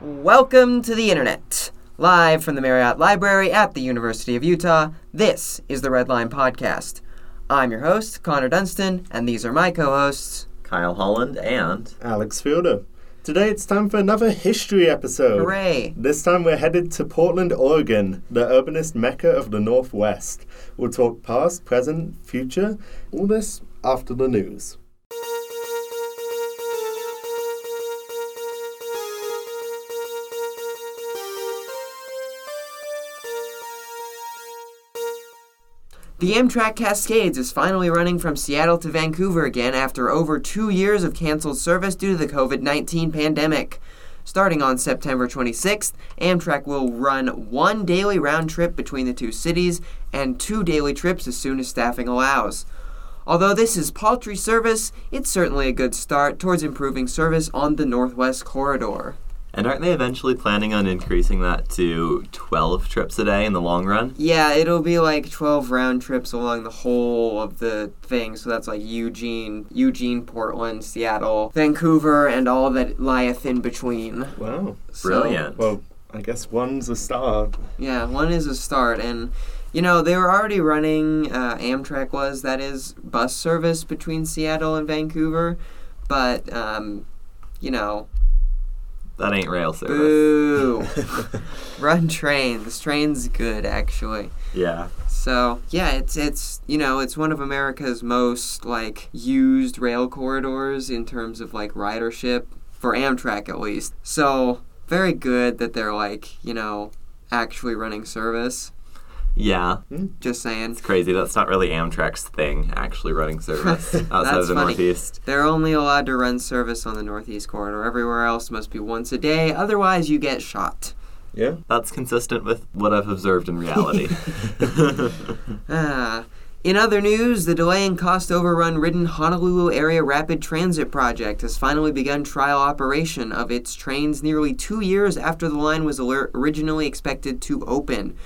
Welcome to the internet. Live from the Marriott Library at the University of Utah, this is the Redline Podcast. I'm your host, Connor Dunstan, and these are my co hosts. Kyle Holland and Alex Fielder. Today it's time for another history episode. Hooray! This time we're headed to Portland, Oregon, the urbanist mecca of the Northwest. We'll talk past, present, future, all this after the news. The Amtrak Cascades is finally running from Seattle to Vancouver again after over two years of canceled service due to the COVID 19 pandemic. Starting on September 26th, Amtrak will run one daily round trip between the two cities and two daily trips as soon as staffing allows. Although this is paltry service, it's certainly a good start towards improving service on the Northwest Corridor. and aren't they eventually planning on increasing that to 12 trips a day in the long run? Yeah, it'll be like 12 round trips along the whole of the thing. So that's like Eugene, Eugene, Portland, Seattle, Vancouver, and all that lieth in between. Wow. So, Brilliant. Well, I guess one's a star. yeah, one is a start. And, you know, they were already running, uh, Amtrak was, that is, bus service between Seattle and Vancouver. But, um, you know, that ain't rail service. uh, boo. Run trains. Trains good, actually. Yeah. So yeah, it's it's you know it's one of America's most like used rail corridors in terms of like ridership for Amtrak at least. So very good that they're like you know actually running service. Yeah. Just saying, It's crazy. That's not really Amtrak's thing, actually running service outside That's of the funny. Northeast. they're only allowed to run service on the Northeast Corridor. Everywhere else must be once a day, otherwise you get shot. Yeah. That's consistent with what I've observed in reality. Ah. In other news, the delay and cost overrun ridden Honolulu Area Rapid Transit Project has finally begun trial operation of its trains nearly two years after the line was aler- originally expected to open.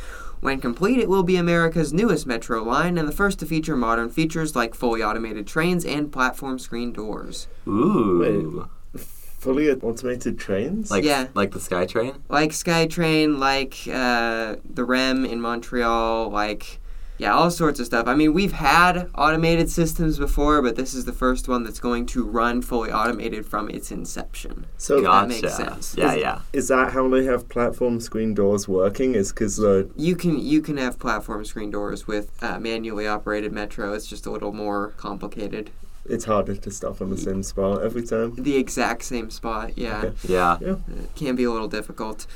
When complete, it will be America's newest metro line and the first to feature modern features like fully automated trains and platform screen doors. Ooh. Fully automated trains? Like Yeah. like the SkyTrain? Like SkyTrain, like uh, the REM in Montreal, like. Yeah, all sorts of stuff. I mean, we've had automated systems before, but this is the first one that's going to run fully automated from its inception. so gotcha. Oh, makes sense. Yeah, yeah. is that how they have platform screen doors working? Is uh, because the You can you can have platform screen doors with uh, manually operated metro. It's just a little more complicated. it's harder to stop on the same spot every time? The exact same spot, yeah, Okay. Yeah. It can be a little difficult.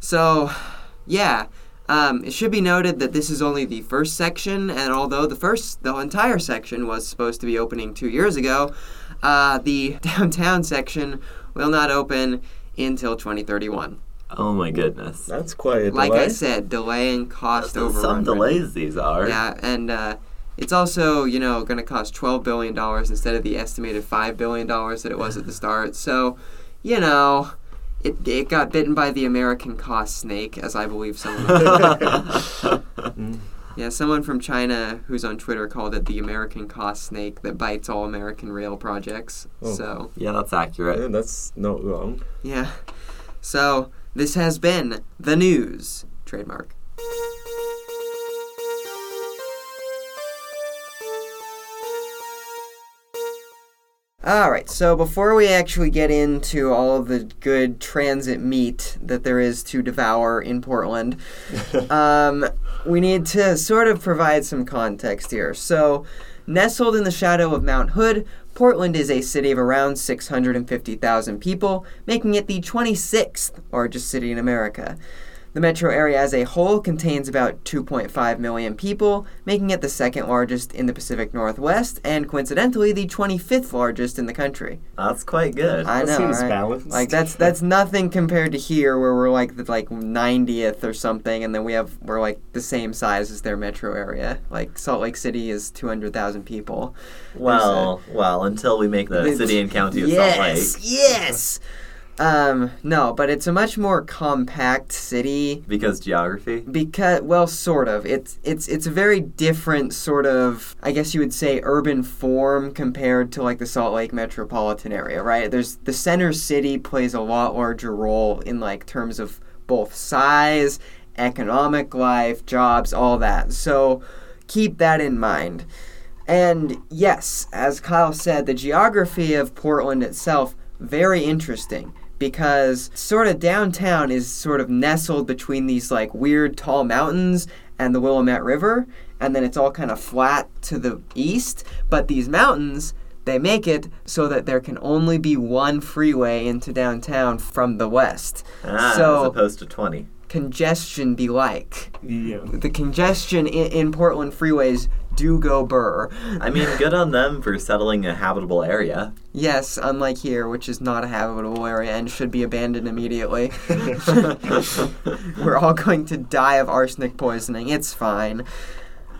So, yeah. Um, it should be noted that this is only the first section, and although the first, the entire section was supposed to be opening two years ago, uh, the downtown section will not open until 2031. Oh my goodness. That's quite a Like delay. I said, delay and cost overrun. Some right? delays these are. Yeah, and uh, it's also you know going to cost twelve billion dollars instead of the estimated five billion dollars that it was at the start. So, you know, it it got bitten by the American cost snake, as I believe someone. Mm. Mm. yeah, someone from China who's on Twitter called it the American cost snake that bites all American rail projects. Oh. So Yeah, that's Yeah, accurate. that's not wrong. yeah, so this has been the news trademark. All right, so before we actually get into all of the good transit meat that there is to devour in Portland, um, we need to sort of provide some context here. So, nestled in the shadow of Mount Hood, Portland is a city of around 650,000 people, making it the 26th largest city in America. The metro area as a whole contains about 2.5 million people, making it the second largest in the Pacific Northwest and coincidentally the 25th largest in the country. That's quite good. I That know, seems right? balanced. Like that's that's nothing compared to here where we're like the like 90th or something and then we have we're like the same size as their metro area. Like Salt Lake City is 200,000 people. Well, well, until we make the It's- city and county of yes, Salt Lake. Yes. Um, no, but it's a much more compact city Because geography? because well sort of it's it's it's a very different sort of i guess you would say urban form compared to like the salt lake metropolitan area right there's the center city plays a lot larger role in like terms of both size economic life jobs all that so keep that in mind and yes as kyle said the geography of portland itself very interesting because sort of downtown is sort of nestled between these like weird tall mountains and the Willamette River, and then it's all kind of flat to the east. But these mountains, they make it so that there can only be one freeway into downtown from the west. Ah, as so opposed to 20. congestion be like Yeah. the congestion in, in Portland freeways do go burr. I mean, good on them for settling a habitable area. Yes, unlike here, which is not a habitable area and should be abandoned immediately. We're all going to die of arsenic poisoning. It's fine.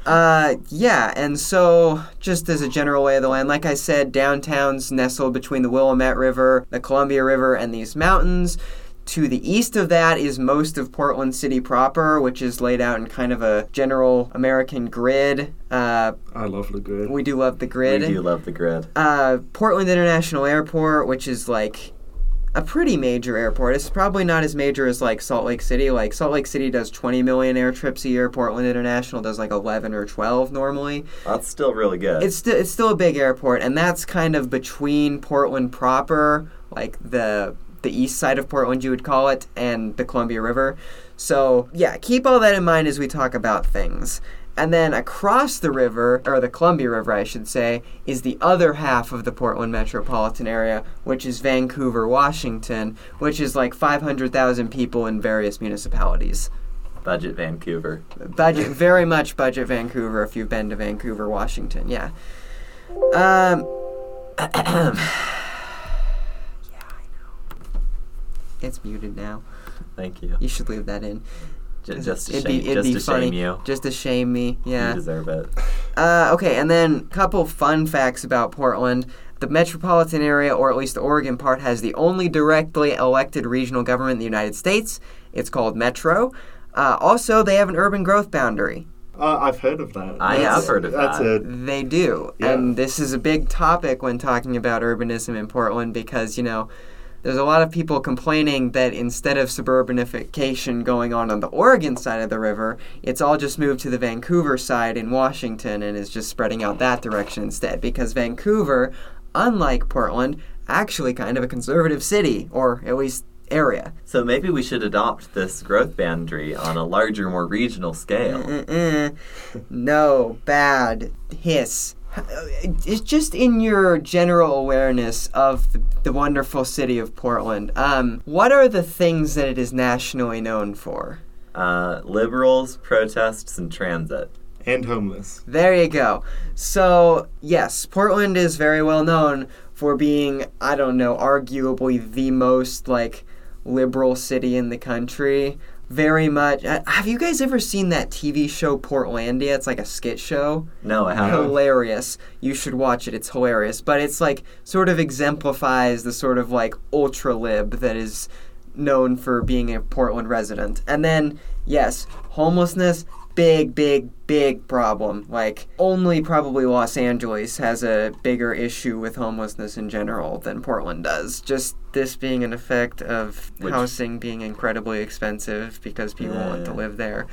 Uh, yeah, and so just as a general lay of the land, like I said, downtown's nestled between the Willamette River, the Columbia River, and these mountains. To the east of that is most of Portland City proper, which is laid out in kind of a general American grid. Uh, I love the grid. we do love the We grid do love the grid. uh, Portland International Airport, which is like a pretty major airport. It's probably not as major as like Salt Lake City. Like Salt Lake City does 20 million air trips a year. Portland International does like 11 or 12 normally. That's still really good. It's still it's still a big airport, and that's kind of between Portland proper, like the the east side of Portland, you would call it, and the Columbia River. So yeah, keep all that in mind as we talk about things. And then across the river, or the Columbia River, I should say, is the other half of the Portland metropolitan area, which is Vancouver, Washington, which is like 500,000 people in various municipalities. Budget Vancouver. Budget, very much budget Vancouver. If you've been to Vancouver, Washington, yeah. Um. yeah, I know. It's muted now. Thank you. You should leave that in. J- just to It'd shame, be- it'd just be to funny. shame you. Just to shame me. You Yeah. deserve it. Uh, okay, and then couple fun facts about Portland. The metropolitan area, or at least the Oregon part, has the only directly elected regional government in the United States. It's called Metro. Uh, also, they have an urban growth boundary. Uh, I've heard of that. I have heard of that's that. A, They do. Yeah. And this is a big topic when talking about urbanism in Portland because, you know, there's a lot of people complaining that instead of suburbanification going on on the Oregon side of the river, it's all just moved to the Vancouver side in Washington and is just spreading out that direction instead because Vancouver, unlike Portland, actually kind of a conservative city or at least area. So maybe we should adopt this growth boundary on a larger, more regional scale. Mm-mm. No, bad. Hiss. It's just in your general awareness of the, the wonderful city of Portland. Um, what are the things that it is nationally known for? Uh, liberals, protests, and transit. and homeless. There you go. So, yes, Portland is very well known for being, I don't know, arguably the most like liberal city in the country. Very much. uh, Have you guys ever seen that TV show Portlandia? It's like a skit show. No, I haven't. hilarious. You should watch it. It's hilarious. But it's like sort of exemplifies the sort of like ultra lib that is known for being a Portland resident. And then yes, homelessness big big big problem. Like only probably Los Angeles has a bigger issue with homelessness in general than Portland does. Just this being an effect of Which- housing being incredibly expensive because people want to Yeah. live there.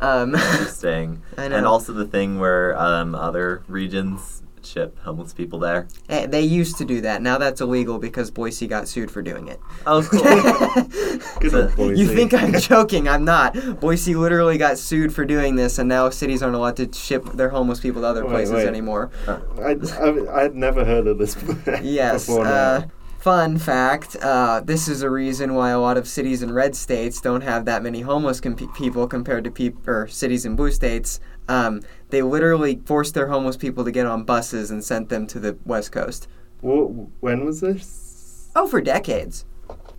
Um, Interesting. I And know. also the thing where um, other regions ship homeless people there. Eh, They used to do that. Now that's illegal because Boise got sued for doing it. Oh, cool. Good So- old Boise. You think I'm joking? I'm not. Boise literally got sued for doing this, and now cities aren't allowed to ship their homeless people to other Wait, places wait. anymore. I, I, I'd never heard of this Yes. before now. Uh, fun fact uh, this is a reason why a lot of cities in red states don't have that many homeless com- people compared to peop- or cities in blue states. Um, they literally forced their homeless people to get on buses and sent them to the West Coast. Wha- when was this? Oh, for decades.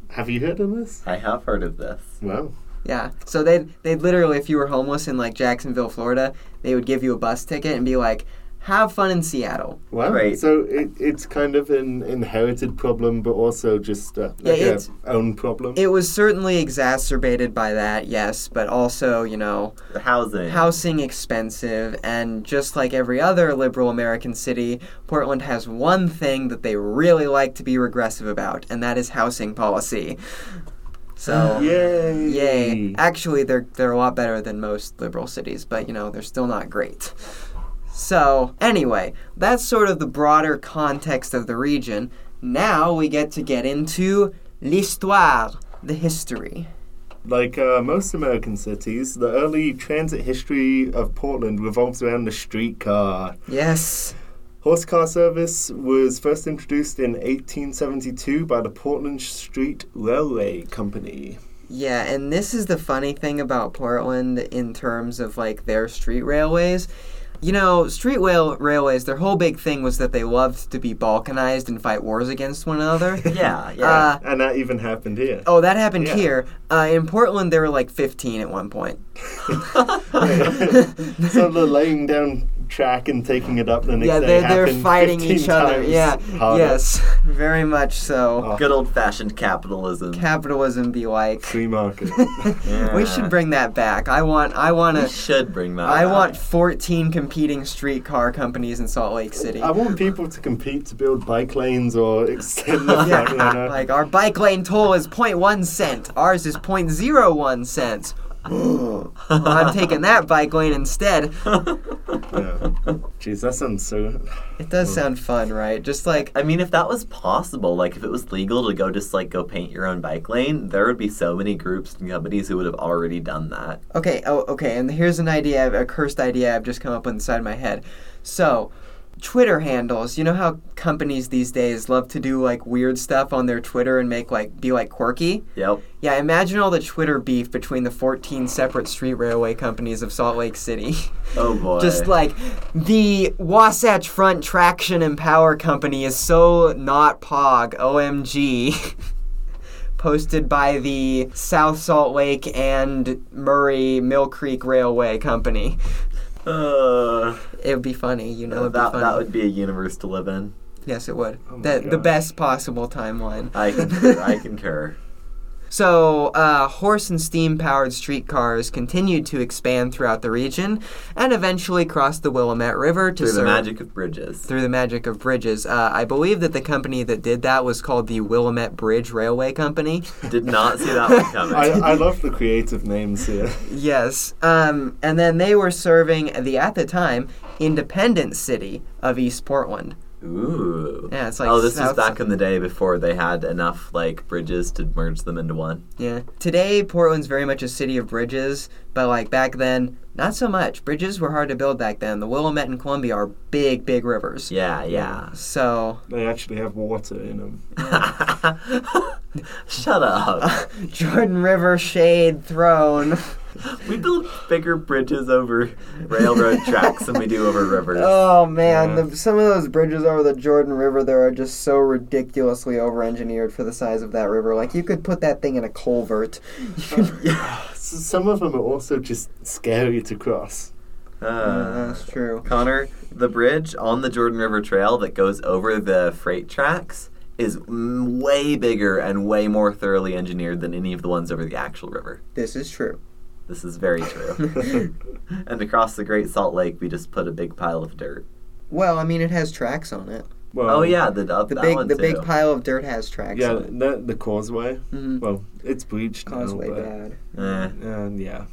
Have you heard of this? I have heard of this. Wow. Yeah. So they would they would literally, if you were homeless in like Jacksonville, Florida, they would give you a bus ticket and be like, have fun in Seattle. Wow. Right. So it, it's kind of an inherited problem, but also just uh, Yeah, like a it's- own problem. It was certainly exacerbated by that, yes, but also, you know, The housing. housing expensive and just like every other liberal american city portland has one thing that they really like to be regressive about and that is housing policy so Yay! Hmm. yay actually they're they're a lot better than most liberal cities but you know they're still not great so anyway that's sort of the broader context of the region now we get to get into l'histoire the history Like uh, most American cities, the early transit history of Portland revolves around the streetcar. yes Horse car service was first introduced in 1872 by the Portland Street Railway Company. Yeah, and this is the funny thing about Portland in terms of like their street railways. You know, street rail- railways, their whole big thing was that they loved to be balkanized and fight wars against one another. Yeah, yeah. Uh, And that even happened here. oh, that happened Yeah. here. Uh, in Portland, they were like 15 at one point. so they're laying down track and taking it up the next yeah, day. they're, they're happened fighting 15 each other. times Yeah, harder. yes, very much so. Oh. Good old fashioned capitalism. Capitalism be like. Free market. Yeah. We should bring that back. I want. I want We to. should bring that. I back. want 14 competing streetcar companies in Salt Lake City. I want people to compete to build bike lanes or extend the Yeah, front runner. like our bike lane toll is 0.1 cent. Ours is 0.01 cents. Well, Oh, I'm taking that bike lane instead. Yeah. Jeez, that sounds so. It Mm. does sound fun, right? Just like I mean, if that was possible, like if it was legal to go just like go paint your own bike lane, there would be so many groups and companies who would have already done that. okay, oh okay, and here's an idea, a cursed idea I've just come up with inside my head. So, Twitter handles. You know how companies these days love to do like weird stuff on their Twitter and make like be like quirky. Yep. Yeah, imagine all the Twitter beef between the 14 separate street railway companies of Salt Lake City. Oh boy. Just like the Wasatch Front Traction and Power Company is so not POG, OMG. Posted by the South Salt Lake and Murray Mill Creek Railway Company. Uh, It would be funny, you know. it'd that, be that funny. would be a universe to live in. yes, it would. Oh my the, the God. best possible timeline. I concur. I concur. So, uh, horse and steam powered streetcars continued to expand throughout the region and eventually crossed the Willamette River to Through the serve magic of bridges. through the magic of bridges. Uh, I believe that the company that did that was called the Willamette Bridge Railway Company. Did not see that one coming. I, I love the creative names here. yes. Um, and then they were serving the, at the time, independent city of East Portland. Ooh. Yeah, it's like oh, this South- was back in the day before they had enough like bridges to merge them into one. Yeah. Today, Portland's very much a city of bridges, but like back then, not so much. Bridges were hard to build back then. The Willamette and Columbia are big, big rivers. Yeah, yeah. So, They actually have water in them. Shut up. Jordan River shade thrown. we build bigger bridges over railroad tracks than we do over rivers. Oh man, Yeah. the, some of those bridges over the Jordan River there are just so ridiculously over-engineered for the size of that river. Like you could put that thing in a culvert. Uh, S- Some of them are also just scary to cross. Uh, that's true. Connor, the bridge on the Jordan River Trail that goes over the freight tracks is m- way bigger and way more thoroughly engineered than any of the ones over the actual river. This is true. This is very true. and across the Great Salt Lake, we just put a big pile of dirt. Well, I mean, it has tracks on it. Well, Oh yeah, the uh, The that big, one the too. big pile of dirt has tracks. Yeah, on it. the, the causeway. Mhm. Well, it's breached Causeway now. but- bad. Eh. Uh, yeah.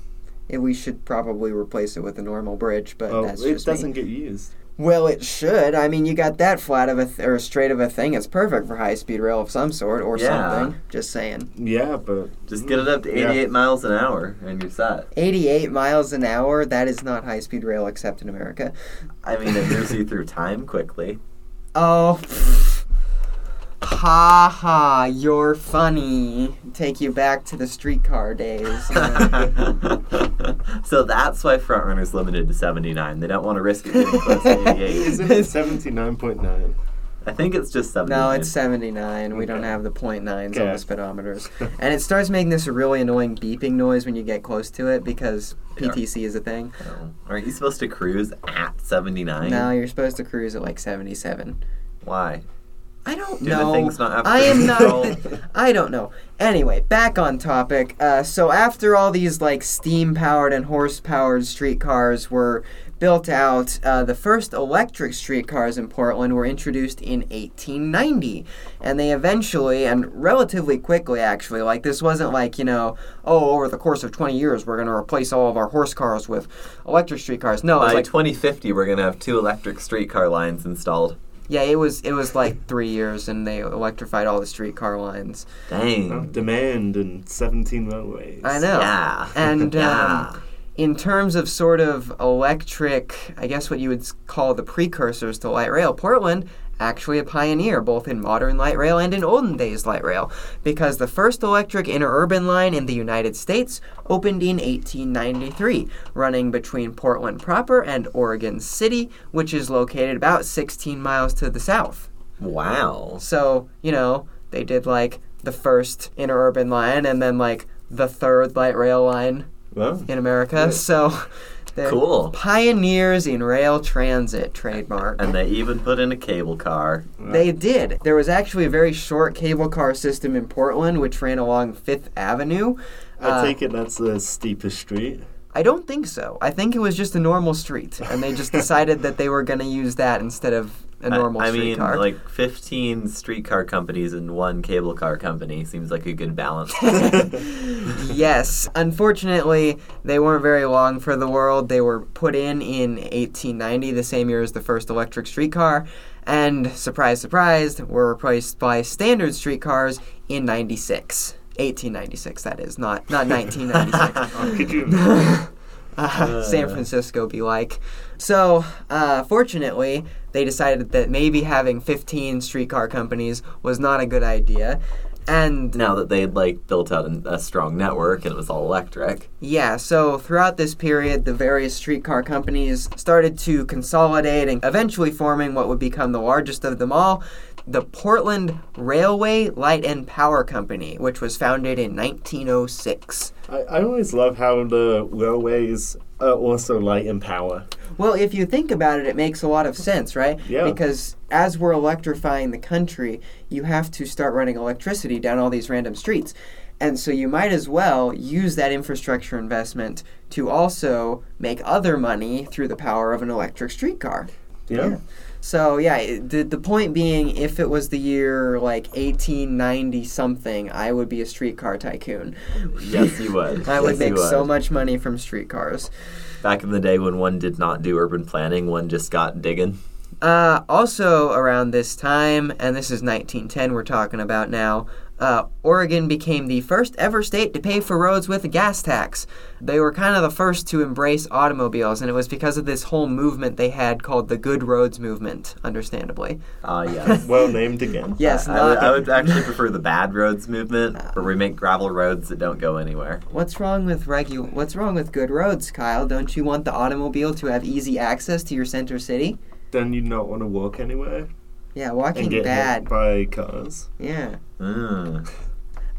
Yeah, we should probably replace it with a normal bridge, but Oh, that's it just me. doesn't get used. Well, it should. I mean, you got that flat of a th- or straight of a thing. It's perfect for high-speed rail of some sort or Yeah. something. Just saying. Yeah, but Just get it up to 88 Yeah. miles an hour, and you're set. 88 miles an hour. That is not high speed rail except in America. I mean, it moves you through time quickly. Oh. pff. Ha ha, you're funny. Take you back to the streetcar days. you know? so that's why front runner's limited to 79. They don't want to risk it getting close to 88. Isn't it seventy nine point nine? I think it's just 79. No, it's 79. We don't have the point nines on Okay. the speedometers. and it starts making this really annoying beeping noise when you get close to it because Yeah. PTC is a thing. Oh. Aren't you supposed to cruise at 79? Now you're supposed to cruise at like 77. Why? I don't Do the know. things not have I am not. cruise control? I don't know. Anyway, back on topic. Uh, so after all these like steam-powered and horse-powered streetcars were built out, uh, the first electric streetcars in Portland were introduced in 1890, and they eventually and relatively quickly actually like this wasn't like you know oh over the course of 20 years we're going to replace all of our horse cars with electric streetcars. No, it By was like 2050, we're going to have two electric streetcar lines installed. yeah, it was it was like three years, and they electrified all the streetcar lines. Oh, Dang. Demand and 17 railways. I know. Yeah. And um, Yeah. in terms of sort of electric, I guess what you would s- call the precursors to light rail, Portland actually a pioneer both in modern light rail and in olden days light rail because the first electric interurban line in the United States opened in 1893 running between Portland proper and Oregon City which is located about 16 miles to the south Wow. so, you know, they did like the first interurban line and then like the third light rail line Well, in America. So they're Cool. pioneers in rail transit trademark. And they even put in a cable car. They did. There was actually a very short cable car system in Portland which ran along 5th Avenue. Uh, I uh, take it that's the steepest street. I don't think so. I think it was just a normal street and they just decided that they were going to use that instead of a I- normal I, mean, streetcar. like 15 streetcar companies and one cable car company seems like a good balance. Yes, unfortunately, they weren't very long for the world. They were put in in 1890, the same year as the first electric streetcar, and surprise, surprise, were replaced by standard streetcars in 96. 1896, that is, not, not 1996. Could you? uh, San Francisco be like. So, uh, fortunately, they decided that maybe having 15 streetcar companies was not a good idea. And now that they'd like built out an, a strong network and it was all electric. Yeah, so throughout this period, the various streetcar companies started to consolidate and eventually forming what would become the largest of them all, the Portland Railway Light and Power Company, which was founded in 1906. I, I always love how the railways are also light and power. Well, if you think about it, it makes a lot of sense, right? Yeah. Because as we're electrifying the country, you have to start running electricity down all these random streets. And so you might as well use that infrastructure investment to also make other money through the power of an electric streetcar. Yeah. So yeah, it- the the point being, if it was the year like 1890 something, I would be a streetcar tycoon. Yes, you would. I would Yes, you make so much money from streetcars. Back in the day when one did not do urban planning, one just got digging. Uh, also around this time, and this is 1910 we're talking about now, uh, Oregon became the first ever state to pay for roads with a gas tax. They were kind of the first to embrace automobiles, and it was because of this whole movement they had called the Good Roads Movement, understandably. Ah, yes. Well named again. Yes, I, would, not- I would actually prefer the bad roads movement, where we make gravel roads that don't go anywhere. What's wrong with regu- What's wrong with good roads, Kyle? Don't you want the automobile to have easy access to your center city? Then you not want to walk anywhere Yeah, and walking get bad. hit by cars. Yeah. Mm.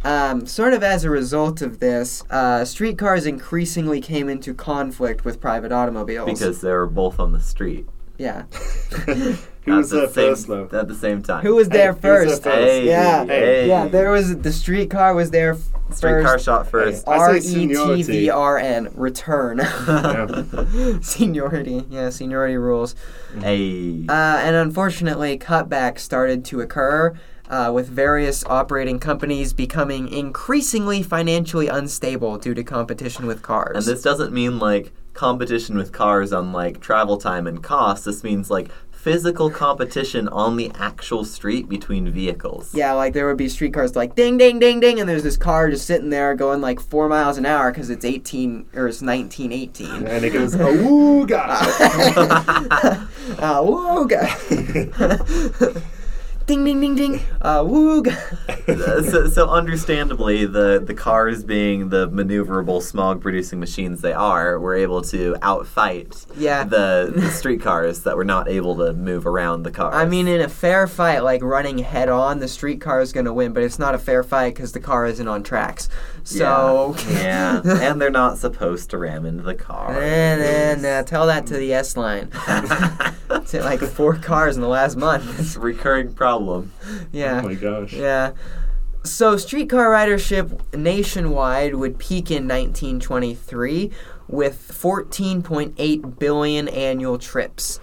Um, sort of as a result of this, uh, streetcars increasingly came into conflict with private automobiles. Because they were both on the street. yeah, Who was at there the same, first, though? At the same time. who was there Hey, who's first? there first? Hey, yeah, hey. yeah. There was the streetcar was there f- Streetcar first. shot first. I R say e t v seniority. r n return seniority. Yeah, seniority rules. Hey. Uh, and unfortunately, cutbacks started to occur, uh, with various operating companies becoming increasingly financially unstable due to competition with cars. And this doesn't mean like competition with cars on like travel time and cost. This means like physical competition on the actual street between vehicles. yeah, like there would be streetcars like ding, ding, ding, ding, and there's this car just sitting there going like four miles an hour because it's 18 or it's 1918. And it goes, awooga! Uh, whoa, guy. Ding, ding, ding, ding. Uh, woog. Uh, so, so understandably, the, the cars being the maneuverable smog-producing machines they are, were able to outfight Yeah. the, the streetcars that were not able to move around the cars. I mean, in a fair fight, like running head on, the streetcar is going to win, but it's not a fair fight because the car isn't on tracks. So. yeah, and they're not supposed to ram into the car. And then uh, tell that to the S line. It's hit like four cars in the last month. It's a recurring problem. yeah. Oh my gosh. Yeah. So streetcar ridership nationwide would peak in 1923 with 14.8 billion annual trips.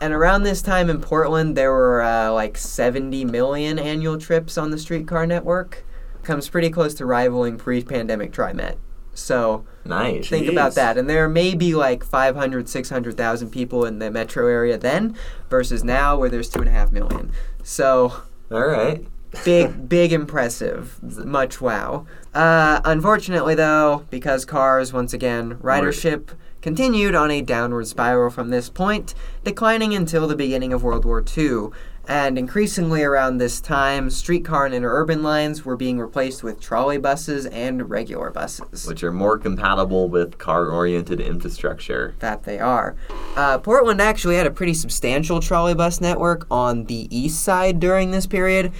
And around this time in Portland, there were uh, like 70 million annual trips on the streetcar network. Comes pretty close to rivaling pre pandemic TriMet. So Nice. think about Jeez. that. And there may be like 500, 600,000 people in the metro area then versus now where there's 2.5 million. So All right. big, big, impressive. Much wow. Uh, unfortunately, though, because cars, once again, ridership continued on a downward spiral from this point, declining until the beginning of World War II. And increasingly around this time, streetcar and interurban lines were being replaced with trolley buses and regular buses. Which are more compatible with car-oriented infrastructure. that they are. Uh, Portland actually had a pretty substantial trolley bus network on the east side during this period,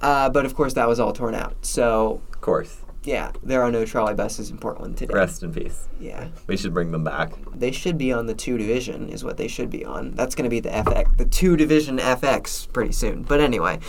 uh, but of course that was all torn out. So Of course. yeah, there are no trolley buses in Portland today. Rest in peace. Yeah, We should bring them back. they should be on the two division is what they should be on. That's going to be the FX, the two division FX pretty soon. But anyway,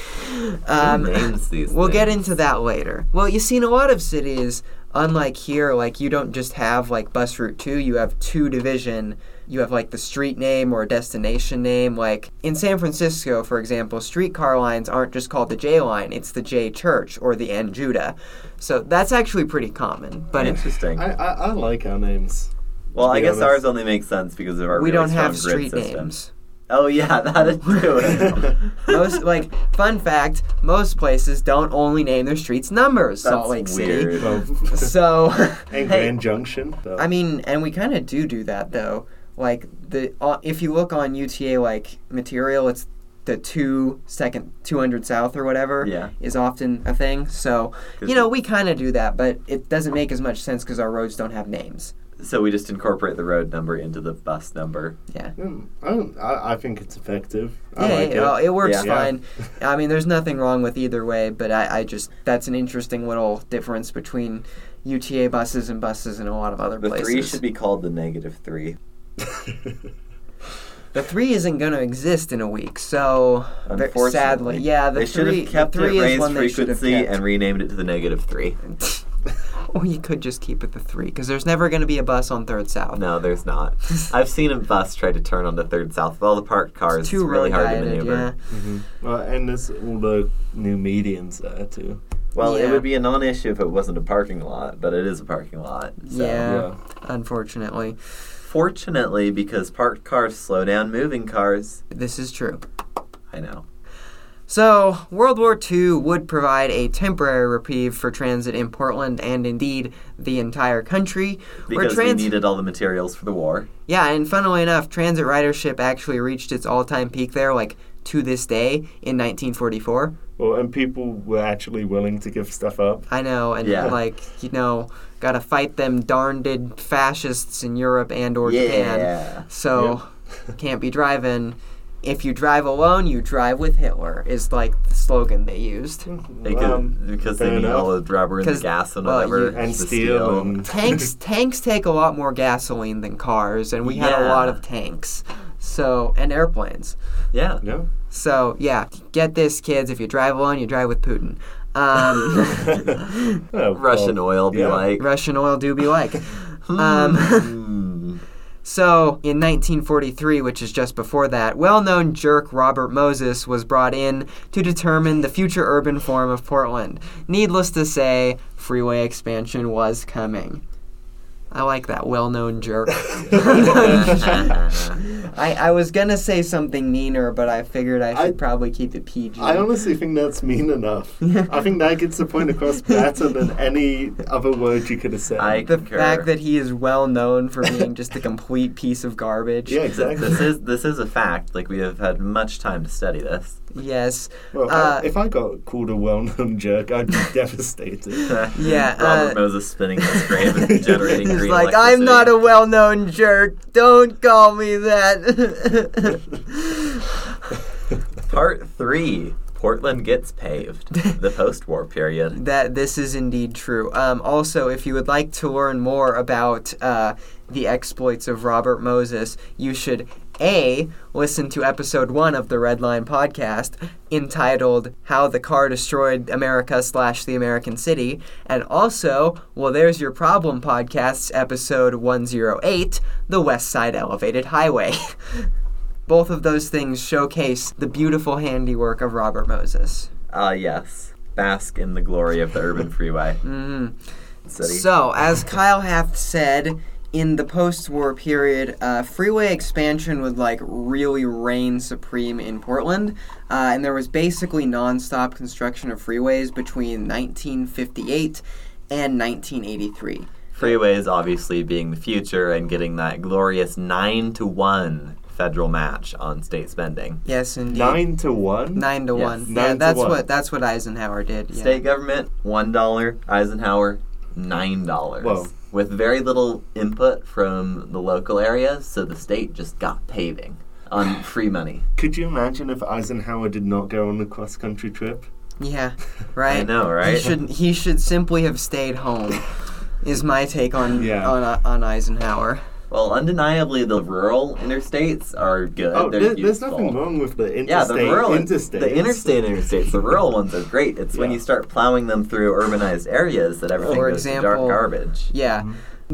um, Who names these We'll get things? into that later. Well, you see, in a lot of cities, unlike here, like you don't just have like bus route two, you have two division. You have like the street name or destination name. Like in San Francisco, for example, streetcar lines aren't just called the J line, it's the J Church or the N Judah. So that's actually pretty common. But it- Interesting. I, I, I like our names. well, to I be guess honest. ours only makes sense because of our we don't really strong have grid street system. names. Oh yeah, that'd do it. Most like fun fact, most places don't only name their streets numbers. That's Salt Lake weird. Well, City. So and Grand Junction. but- I mean, and we kind of do do that though. Like the uh, if you look on UTA like material, it's the two second two hundred south or whatever Yeah. is often a thing. So you know we kind of do that, but it doesn't make as much sense because our roads don't have names. So we just incorporate the road number into the bus number. Yeah. Mm, I, don't, I, I think it's effective. I yeah, like yeah, well, it. oh, it works Yeah. Yeah. fine. I mean, there's nothing wrong with either way, but I, I just that's an interesting little difference between UTA buses and buses in a lot of other The places. three should be called the negative three. The three isn't going to exist in a week, so ver- Unfortunately, sadly, yeah, the they should three, have kept the three it is raised one they should have frequency kept. and renamed it to the negative three. or you could just keep it the three, because there's never going to be a bus on Third South. No, there's not. I've seen a bus try to turn on the third south with all the parked cars. Too it's really hard to road-dieted, maneuver. yeah. Mm-hmm. Well, and there's all the new medians there too. Well, Yeah. it would be a non-issue if it wasn't a parking lot, but it is a parking lot. So. Yeah. Yeah. Unfortunately, Fortunately, because parked cars slow down moving cars. this is true. I know. So, World War II would provide a temporary reprieve for transit in Portland and indeed the entire country. where Because trans- we needed all the materials for the war. Yeah, and funnily enough, transit ridership actually reached its all time peak there, like to this day in 1944. Well, and people were actually willing to give stuff up. I know, and Yeah. like you know, gotta fight them darnded fascists in Europe and or Japan. Yeah. So can't be driving. If you drive alone, you drive with Hitler is like the slogan they used. Because, Um, because fair they need enough. all the rubber and the 'Cause- gas and well, whatever. you- and the steel, and Tanks tanks take a lot more gasoline than cars, and we had a lot Yeah. of tanks. So and airplanes. Yeah. no. So yeah, get this, kids. If you drive alone, you drive with Putin. Um, Oh, Russian well, oil be yeah. like. Russian oil do be like. Um, "Hmm, So, in 1943, which is just before that, well known jerk Robert Moses was brought in to determine the future urban form of Portland. Needless to say, freeway expansion was coming. I like that well known jerk. I, I was gonna say something meaner, but I figured I should I- probably keep it PG. I honestly think that's mean enough. I think that gets the point across better than any other word you could have said. I the concur. fact that he is well known for being just a complete piece of garbage. Yeah, Th- exactly. this is this is a fact. Like we have had much time to study this. Yes. Well, Uh, I- if I got called a well-known jerk, I'd be devastated. Yeah, Robert uh, Moses spinning his grave and generating He's green like, I'm electricity." not a well known jerk. Don't call me that. Part three. Portland gets paved. The post-war period. that this is indeed true. Um, also, if you would like to learn more about uh, the exploits of Robert Moses, you should A, listen to episode one of the Red Line podcast entitled How the Car Destroyed America slash the American City, and also, well, there's your problem podcast's episode 108, The West Side Elevated Highway. Both of those things showcase the beautiful handiwork of Robert Moses. Ah, yes. Bask in the glory of the urban freeway. Mm-hmm. Mm. City. So, as Kyle Haft said, in the post-war period, uh, freeway expansion would like really reign supreme in Portland, uh, and there was basically nonstop construction of freeways between 1958 and 1983. Freeways obviously being the future and getting that glorious nine to one federal match on state spending. Yes, indeed. Nine to one. Nine to Yes. one. Nine yeah, to that's one. what that's what Eisenhower did. Yeah. State government, one dollar. Eisenhower, nine dollars. Whoa. With very little input from the local area, so the state just got paving on free money. Could you imagine if Eisenhower did not go on the cross-country trip? Yeah, right. I know, right? He should he should simply have stayed home. is my take on Yeah. on uh, on Eisenhower. Well, undeniably, the rural interstates are good. Oh, They're there, there's useful. nothing wrong with the interstate. Yeah, the rural, interstates. the interstate interstates, the rural ones are great. It's when Yeah. you start plowing them through urbanized areas that everything For goes to example- dark garbage. Yeah.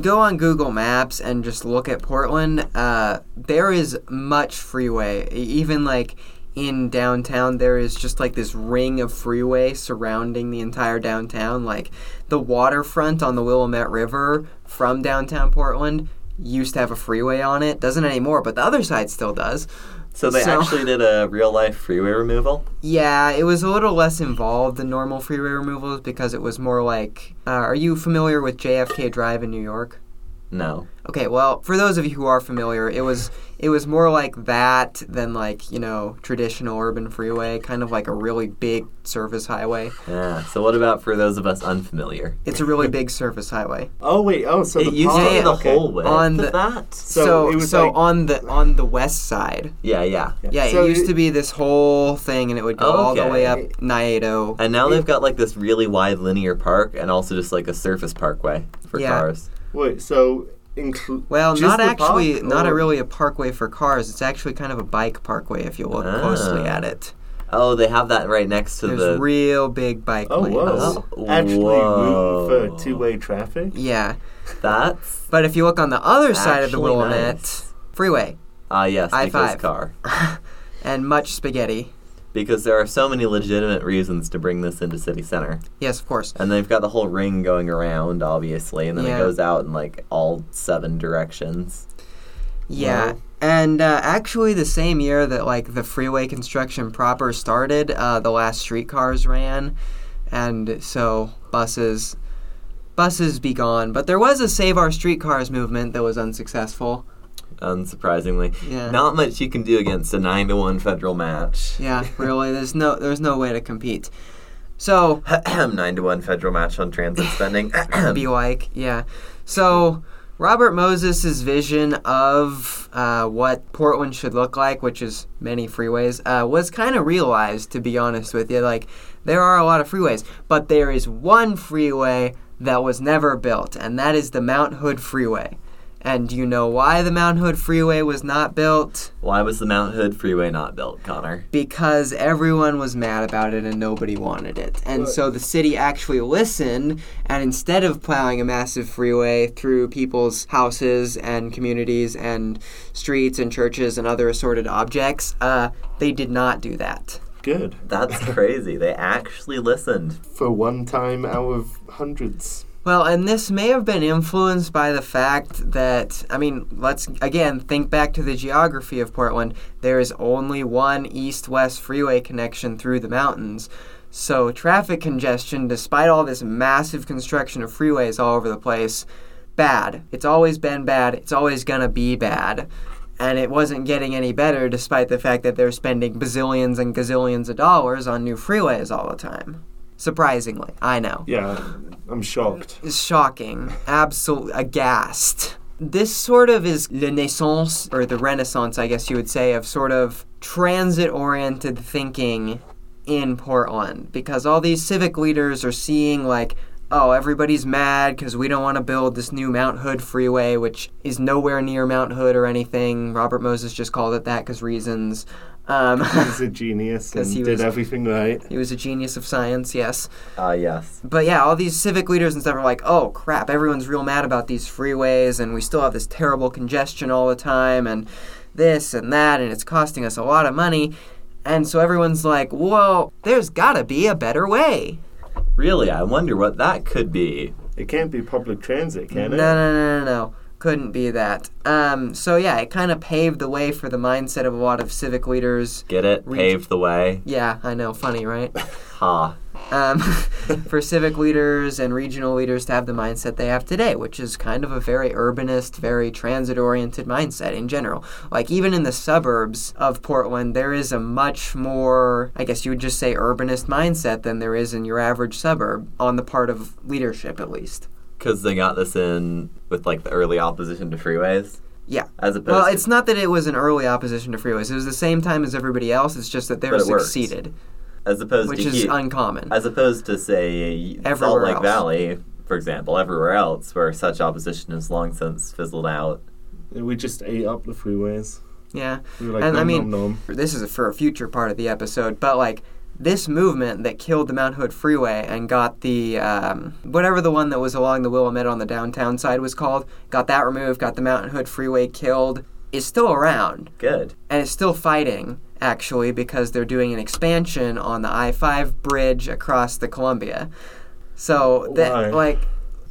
Go on Google Maps and just look at Portland. Uh, there is much freeway. E- Even like in downtown, there is just like this ring of freeway surrounding the entire downtown. Like the waterfront on the Willamette River from downtown Portland used to have a freeway on it. Doesn't anymore, but the other side still does. So they So- actually did a real life freeway removal. Yeah, it was a little less involved than normal freeway removals because it was more like. Uh, are you familiar with JFK Drive in New York? No, Okay, well, for those of you who are familiar, it was it was more like that than like you know traditional urban freeway, kind of like a really big service highway. yeah. So what about for those of us unfamiliar? It's a really big service highway. Oh wait, oh so it the used to park, be the okay. whole width On of the- that. So So so, it was like- on the on the west side. Yeah, yeah. Yeah, So it used it- to be this whole thing, and it would go all the way up Okay. Naedo. And now they've got like this really wide linear park and also just like a surface parkway for Yeah. cars. Wait, so include Well, just not the actually, park, Oh. not a or- really a parkway for cars. It's actually kind of a bike parkway if you look Ah. closely at it. Oh, they have that right next to There's the real big bike Oh lanes. whoa! uh, Oh, Actually, room whoa. for two-way traffic. Yeah, That's but if you look on the other side of the Actually Willamette nice. Freeway, ah yes, I Nico's five. car. and much spaghetti. Because there are so many legitimate reasons to bring this into city center, Yes, of course. and they've got the whole ring going around, obviously, and then Yeah. it goes out in like all seven directions. Yeah. Well- And uh, actually, the same year that like the freeway construction proper started, uh, the last streetcars ran, and so buses, buses be gone. But there was a Save Our Streetcars movement that was unsuccessful. Unsurprisingly, Yeah. not much you can do against a nine to one federal match. Yeah, really. There's no there's no way to compete. So nine to one federal match on transit spending. be like. Yeah. So Robert Moses' vision of uh, what Portland should look like, which is many freeways, uh, was kind of realized, to be honest with you. Like, there are a lot of freeways, but there is one freeway that was never built, and that is the Mount Hood Freeway. And do you know why the Mount Hood Freeway was not built? Why was the Mount Hood Freeway not built, Connor? because everyone was mad about it and nobody wanted it. And Right. so the city actually listened and instead of plowing a massive freeway through people's houses and communities and streets and churches and other assorted objects, uh, they did not do that. Good That's crazy. They actually listened. for one time out of hundreds. Well, and this may have been influenced by the fact that, I mean, let's again think back to the geography of Portland. There is only one east west freeway connection through the mountains. So, traffic congestion, despite all this massive construction of freeways all over the place, bad. It's always been bad. It's always going to be bad. And it wasn't getting any better despite the fact that they're spending bazillions and gazillions of dollars on new freeways all the time. Surprisingly, I know Yeah, I'm shocked. is shocking, absolute aghast. This sort of is the naissance, or the renaissance, I guess you would say, of sort of transit oriented thinking in Portland because all these civic leaders are seeing, like, oh, everybody's mad because we don't want to build this new Mount Hood freeway, which is nowhere near Mount Hood or anything. Robert Moses just called it that because reasons. Um, He's a genius and 'Cause he did was- everything right. he was a genius of science, yes. Ah, yes. But yeah, all these civic leaders and stuff are like, oh crap, everyone's real mad about these freeways, and we still have this terrible congestion all the time, and this and that, and it's costing us a lot of money. And so everyone's like, whoa, there's gotta be a better way. Really, I wonder what that could be. It can't be public transit, can No, it? no, no, no, no. Couldn't be that. Um, so yeah, it kind of paved the way for the mindset of a lot of civic leaders. Get it? Read. Pave the way. Yeah, I know, funny, right? Ha. um, for civic leaders and regional leaders to have the mindset they have today, which is kind of a very urbanist, very transit oriented mindset in general. Like, even in the suburbs of Portland, there is a much more, I guess you would just say, urbanist mindset than there is in your average suburb, on the part of leadership at least. Because they got this in with like the early opposition to freeways. Yeah. As opposed Well, to- it's not that it was an early opposition to freeways. It was the same time as everybody else. It's just that they But it worked. succeeded, as opposed which to is he- uncommon. as opposed to say Salt Everywhere Lake else. Valley, for example, everywhere else where such opposition has long since fizzled out. We just ate up the freeways. yeah. We were like, And I nom, mean- nom, nom. this is for a future part of the episode, but like this movement that killed the Mount Hood Freeway and got the um, whatever the one that was along the Willamette on the downtown side was called, got that removed, got the Mount Hood Freeway killed, is still around Good. and it's still fighting actually because they're doing an expansion on the I five bridge across the Columbia. So Why? that like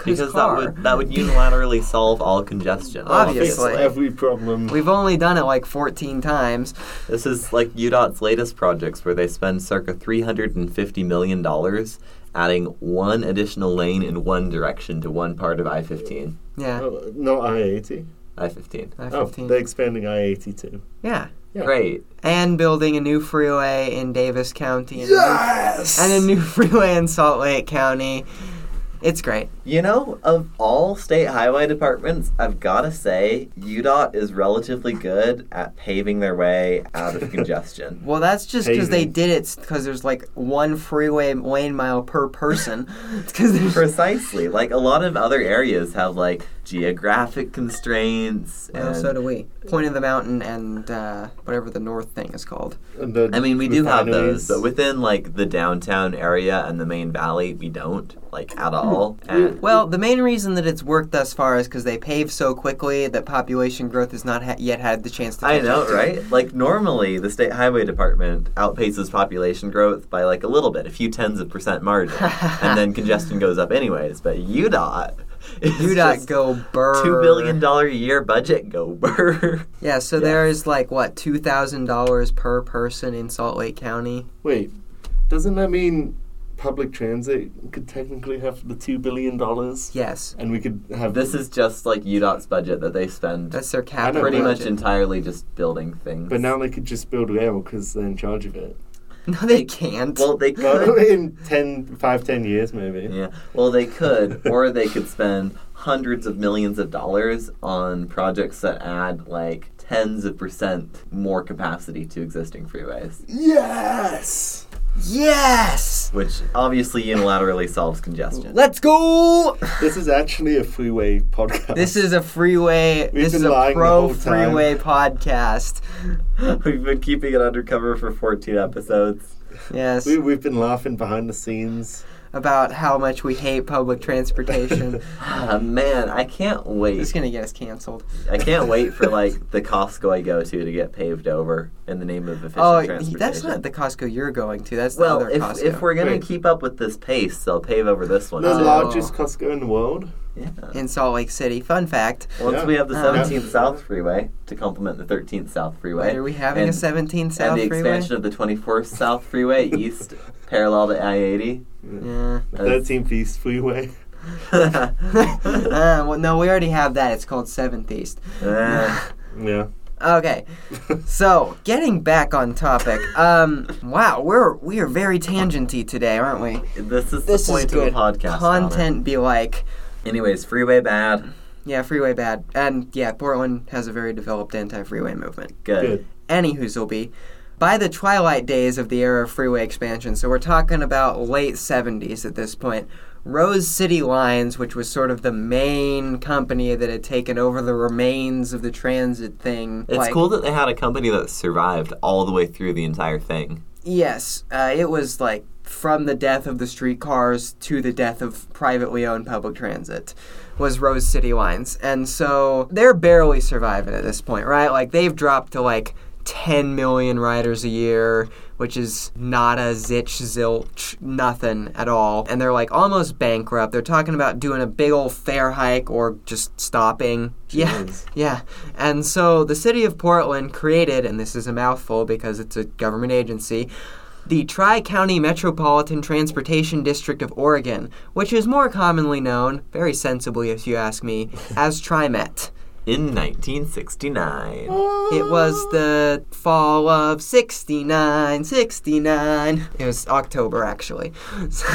whose Because that car? would that would unilaterally solve all congestion. Obviously. Fix every problem. We've only done it like 14 times. This is like UDOT's latest projects where they spend circa $350 million adding one additional lane in one direction to one part of I 15. Yeah, Oh, not I eighty. I 15. I Oh, 15. they're expanding I eighty two. Yeah. Yeah. Great. and building a new freeway in Davis County and, Yes. a, new, and a new freeway in Salt Lake County. It's great. You know, of all state highway departments, I've got to say UDOT is relatively good at paving their way out of congestion. Well, that's just because they Paving. did it because there's like one freeway lane mile per person. Because Precisely. Like a lot of other areas have like geographic constraints. well, and- so do we. Point of the Mountain and uh, whatever the north thing is called. And the I mean, we do have those, refineries. but within like the downtown area and the main valley, we don't like at all. And Well, the main reason that it's worked thus far is because they paved so quickly that population growth has not ha- yet had the chance to. I catch up know, to it. right? Like normally, the state highway department outpaces population growth by like a little bit, a few tens of percent margin, and then congestion goes up anyways. But UDOT, is You dot just go burr. two billion dollar a year budget go brr. Yeah, so there is like what two thousand dollars per person in Salt Lake County. Wait, doesn't that mean public transit could technically have the two billion dollars? Yes. And we could have This is just like UDOT's budget that they spend That's their capital. pretty much budget. entirely just building things. But now they could just build rail because they're in charge of it. No, they can't. well, they Well, could. in 10, 5, 10 years, maybe. Yeah. Well, they could, or they could spend hundreds of millions of dollars on projects that add like tens of percent more capacity to existing freeways, Yes! yes. which obviously unilaterally solves congestion. Let's go. This is actually a freeway podcast. This is a freeway. this is been a lying the pro whole time. freeway podcast. We've been keeping it undercover for 14 episodes. Yes. we, we've been laughing behind the scenes. about how much we hate public transportation. Ah, man, I can't wait. it's going to get us canceled. I can't wait for like the Costco I go to to get paved over in the name of efficient Oh, transportation. that's not the Costco you're going to. That's the well. other If, Costco. if we're gonna Wait. keep up with this pace, they'll pave over this one. The Oh. too. largest Costco in the world. yeah. in Salt Lake City. Fun fact. Once we have the Yeah. 17th South Freeway to complement the 13th South Freeway. Wait, are we having a and- 17 South and the freeway? expansion of the 24th South Freeway east parallel to I 80. Yeah. Thirteenth East Freeway. uh, well, no, we already have that. It's called Seventh East. Yeah. Okay, so getting back on topic. Um, wow, we're we are very tangenty today, aren't we? this is This the point is good. of a podcast. Connor. Content be like, Anyways, freeway bad. yeah, freeway bad, and yeah, Portland has a very developed anti-freeway movement. Good. Good. Any whoozleby. By the twilight days of the era of freeway expansion, so we're talking about late 70s at this point, Rose City Lines, which was sort of the main company that had taken over the remains of the transit thing. It's like- cool that they had a company that survived all the way through the entire thing. Yes, uh, it was like from the death of the streetcars to the death of privately owned public transit was Rose City Lines. And so they're barely surviving at this point, right? Like they've dropped to like 10 million riders a year, which is not a zitch zilch nothing at all. And they're like almost bankrupt. They're talking about doing a big old fare hike or just stopping. Yeah. Jeez. Yeah. And so the city of Portland created, and this is a mouthful because it's a government agency, the Tri County Metropolitan Transportation District of Oregon, which is more commonly known, very sensibly if you ask me, as TriMet. In 1969. It was the fall of 69, 69. It was October, actually. So-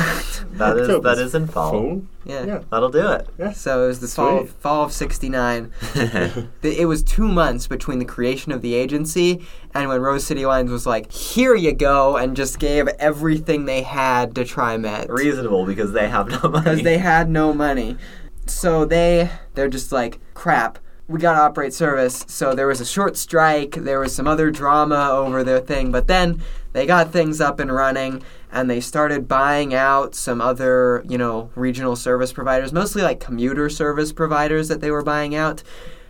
That is October's that is in Oh. fall. Full. yeah. Yeah. That'll do it. So it was the fall, Sweet. fall of 69. Th- it was two months between the creation of the agency and when Rose City Lines was like, here you go, and just gave everything they had to TriMet. Reasonable because they have no money. Because they had no money. So they, they're just like, crap, we gotta operate service. So there was a short strike, there was some other drama over their thing, but then they got things up and running and they started buying out some other, you know, regional service providers, mostly like commuter service providers that they were buying out.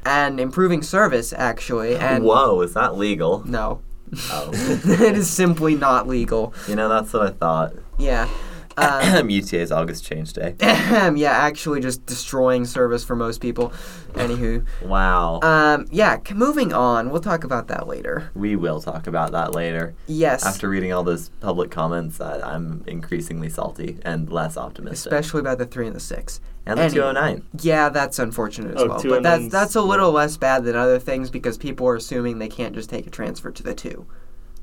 And improving service, actually, and Whoa, is that legal? no, Oh. it is simply not legal. you know, that's what I thought. Yeah. Um, UTA's August change day. yeah, actually just destroying service for most people. Anywho. Wow. Um, yeah, c- moving on. We'll talk about that later. we will talk about that later. Yes. After reading all those public comments, I, I'm increasingly salty and less optimistic. especially about the 3 and the 6. and the Any- 209. Yeah, that's unfortunate as Oh, well. two But and that's one's- that's a little less bad than other things because people are assuming they can't just take a transfer to the 2.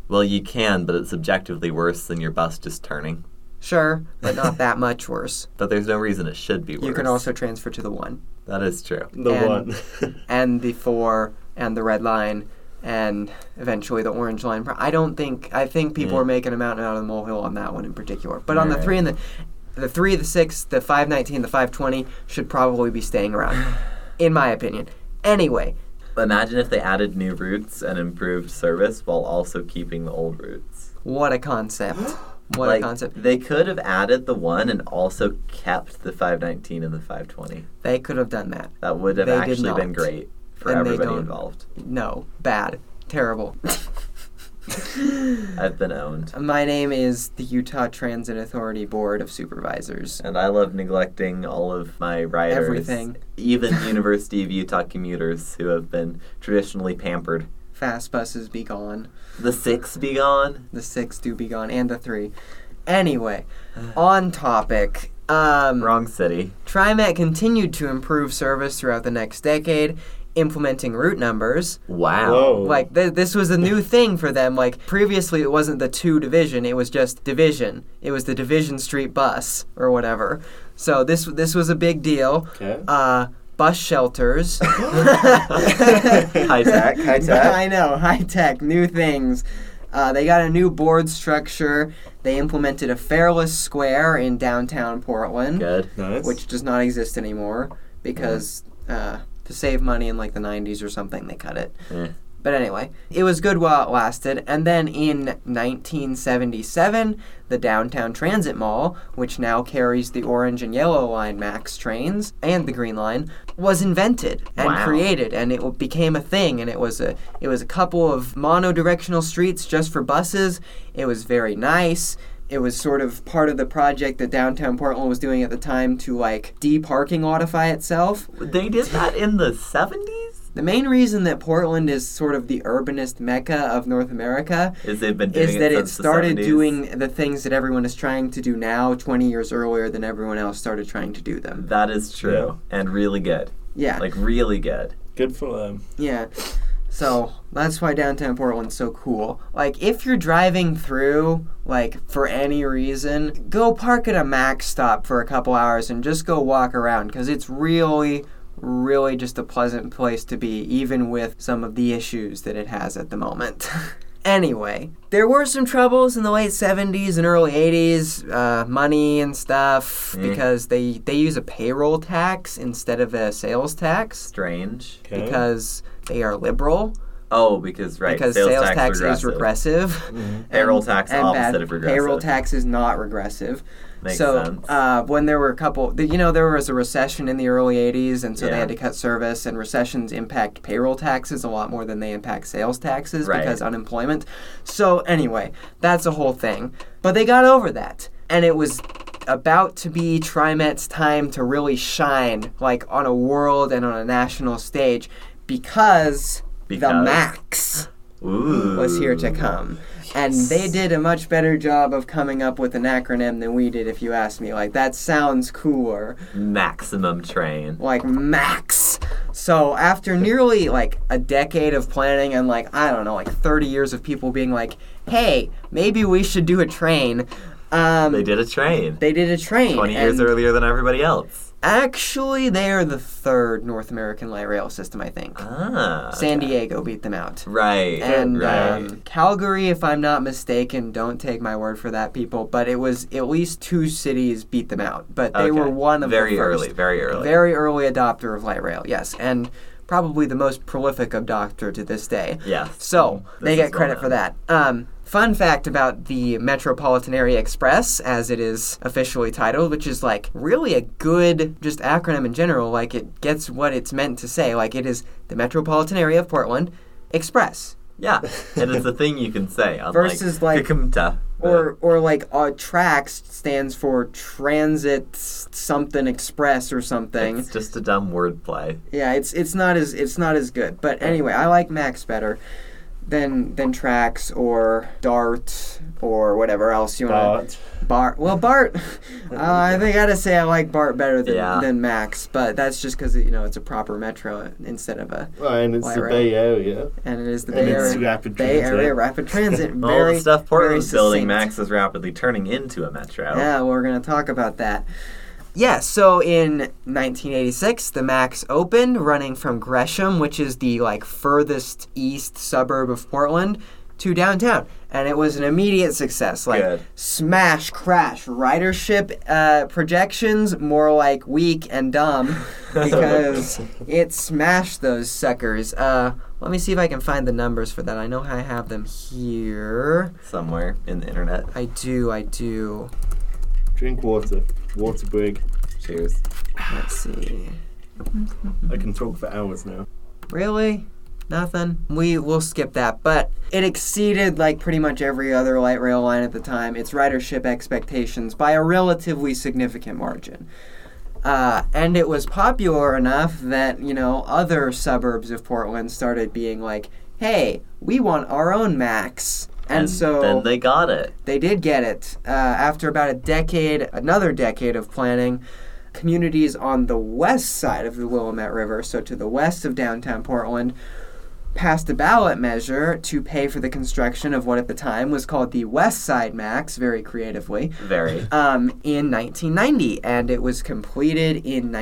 Well, you can, but it's objectively worse than your bus just turning. Sure, but not that much worse. But there's no reason it should be worse. You can also transfer to the 1 That is true. The And- one. and the 4 and the red line and eventually the orange line. Pro- I don't think I think people Yeah. are making a mountain out of the molehill on that one in particular. But on the Right. 3 and the the 3, the 6, the 519, the 520 should probably be staying around in my opinion. Anyway, Imagine if they added new routes and improved service while also keeping the old routes. what a concept. What like, a concept. They could have added the one and also kept the 519 and the 520. They could have done that. That would have They did actually been not. great for And they everybody don't. involved. No, bad, terrible. I've been owned. my name is the Utah Transit Authority Board of Supervisors. And I love neglecting all of my riders. Everything. Even University of Utah commuters who have been traditionally pampered. Fast buses be gone. The six be gone. the six do be gone and the three anyway on topic um, Wrong city. trimet continued to improve service throughout the next decade implementing route numbers Wow. Whoa. like th- this was a new thing for them like previously it wasn't the two division it was just division it was the division street bus or whatever so this this was a big deal Okay. uh, bus shelters High tech, high tech. I know, high tech, new things. Uh, they got a new board structure. They implemented a Fairless Square in downtown Portland, Good. nice. which does not exist anymore because uh, to save money in like the 90s or something, they cut it. Eh. But anyway, it was good while it lasted. And then in 1977, the Downtown Transit Mall, which now carries the orange and yellow line MAX trains and the green line, was invented and Wow. created and it w- became a thing and it was a it was a couple of monodirectional streets just for buses. It was very nice. It was sort of part of the project that downtown Portland was doing at the time to like de-parking autify itself. They did that in the 70s? The main reason that Portland is sort of the urbanist mecca of North America Is they've been doing is that it it since the started 70s. doing the things that everyone is trying to do now 20 years earlier than everyone else started trying to do them. That is true. And really good. Yeah. Like, really good. Good for them. yeah. So that's why downtown Portland's so cool. Like, if you're driving through, like, for any reason, go park at a Mac stop for a couple hours and just go walk around because it's really, really just a pleasant place to be, even with some of the issues that it has at the moment. Anyway, there were some troubles in the late 70s and early 80s, uh, money and stuff, Mm. because they, they use a payroll tax instead of a sales tax Strange. Okay. because they are liberal. Oh, because, right. because sales, sales, tax, is regressive. Mm-hmm. regressive. Payroll tax and opposite bad- of regressive. Payroll tax is not regressive. Makes so sense. Uh, when there were a couple, th- you know, there was a recession in the early '80s, and so they Yeah. had to cut service. And recessions impact payroll taxes a lot more than they impact sales taxes Right. because unemployment. So anyway, that's a whole thing. But they got over that, and it was about to be TriMet's time to really shine, like on a world and on a national stage, because, the Because? max Ooh. was here to come. And they did a much better job of coming up with an acronym than we did, if you ask me. Like, that sounds cooler. Maximum train. Like, max. So, after nearly like a decade of planning and like, I don't know, like 30 years of people being like, hey, maybe we should do a train, um, They did a train. they did a train. 20 years and earlier than everybody else. Actually, they are the third North American light rail system, I think. Ah. San Diego beat them out. Right. and right. um, Calgary, if I'm not mistaken, don't take my word for that, people. But it was at least two cities beat them out, but they Okay. were one of very the first, early, very early. very early adopter of light rail. Yes, and probably the most prolific adopter to this day. Yes. Mm-hmm. So This they is get well credit known. for that. Um, fun fact about the Metropolitan Area Express, as it is officially titled, which is like really a good just acronym in general. Like it gets what it's meant to say. Like it is the Metropolitan Area of Portland Express. Yeah, and it's a thing you can say. Unlike Versus, like- Kakumta, but- or or like uh, tracks stands for transit s- something express or something It's just a dumb wordplay. yeah it's it's not as it's not as good but anyway i like max better than than tracks or dart or whatever else you want But to bart well bart uh, i think i gotta say i like bart better than, Yeah. than max but that's just because you know it's a proper metro instead of a well, and it's Why, the right? Bay Area. and it is the And bay, it's area, rapid bay transit. area rapid transit All very the stuff Portland's very building, succinct. Max is rapidly turning into a metro. Yeah, well, we're going to talk about that. Oh. Yeah, so in 1986, the Max opened, running from Gresham, which is the like furthest east suburb of Portland, to downtown, and it was an immediate success. Like Good. smash, crash, ridership uh, projections more like weak and dumb because it smashed those suckers. Uh, let me see if I can find the numbers for that. I know I have them here. Somewhere in the internet. I do. I do. Drink water. Water brig. Cheers. Let's see. I can talk for hours now. Really? Nothing. We will skip that, but it exceeded like pretty much every other light rail line at the time its ridership expectations by a relatively significant margin. Uh, and it was popular enough that, you know, other suburbs of Portland started being like, hey, we want our own max. And, so then they got it. they did get it. Uh, after about a decade, another decade of planning, communities on the west side of the Willamette River, so to the west of downtown Portland, passed a ballot measure to pay for the construction of what at the time was called the West Side Max, very creatively Very. um, in 1990, and it was completed in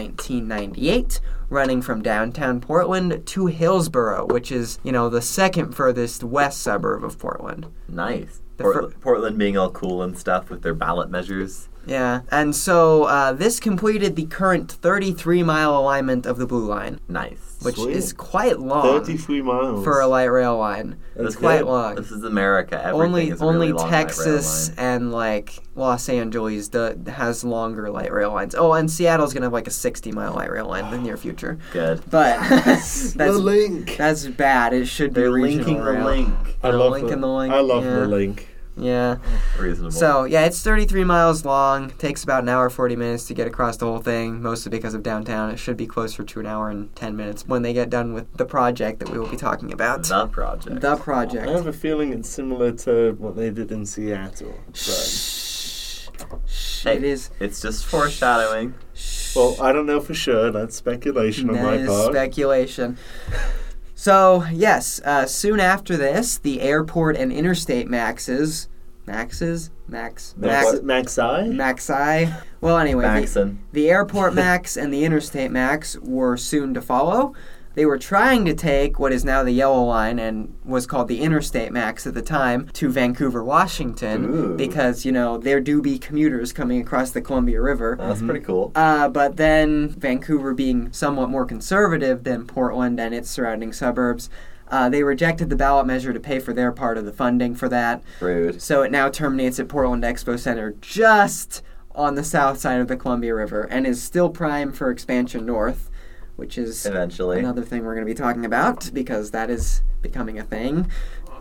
1998, running from downtown Portland to Hillsboro, which is, you know, the second furthest west suburb of Portland. Nice. The fir- Portland, Portland being all cool and stuff with their ballot measures. yeah. And so uh, this completed the current 33 mile alignment of the Blue Line, Nice. which Sweet. is quite long 33 miles. for a light rail line. That's it's quite good. long. This is America. Everything only is a only really long light rail Texas line. and like Los Angeles do, has longer light rail lines. Oh, and Seattle's gonna have like a 60 mile light rail line in the near future. Good. But the that's link. that's bad. It should be They're regional linking the rail. link. I the love link the, and the link, I love yeah. the link. Yeah. Reasonable. So yeah, it's 33 miles long. Takes about an hour 40 minutes to get across the whole thing, mostly because of downtown. It should be closer to an hour and 10 minutes when they get done with the project that we will be talking about. the project. The I have project. a feeling it's similar to what they did in Seattle. But, Shh. Shh. Hey. It is. it's just foreshadowing. Shh. well, I don't know for sure. That's speculation on That my is part. speculation. So yes, uh, soon after this, the airport and interstate maxes, maxes, max, max, Max, Max I? maxi. Well, anyway, the- Maxon. the airport max and the interstate max were soon to follow. They were trying to take what is now the Yellow Line and was called the Interstate Max at the time to Vancouver, Washington, Ooh. because, you know, there do be commuters coming across the Columbia River. That's pretty cool. Uh, but then Vancouver, being somewhat more conservative than Portland and its surrounding suburbs, uh, they rejected the ballot measure to pay for their part of the funding for that. Rude. So it now terminates at Portland Expo Center just on the south side of the Columbia River and is still prime for expansion north, which is Eventually. another thing we're going to be talking about because that is becoming a thing,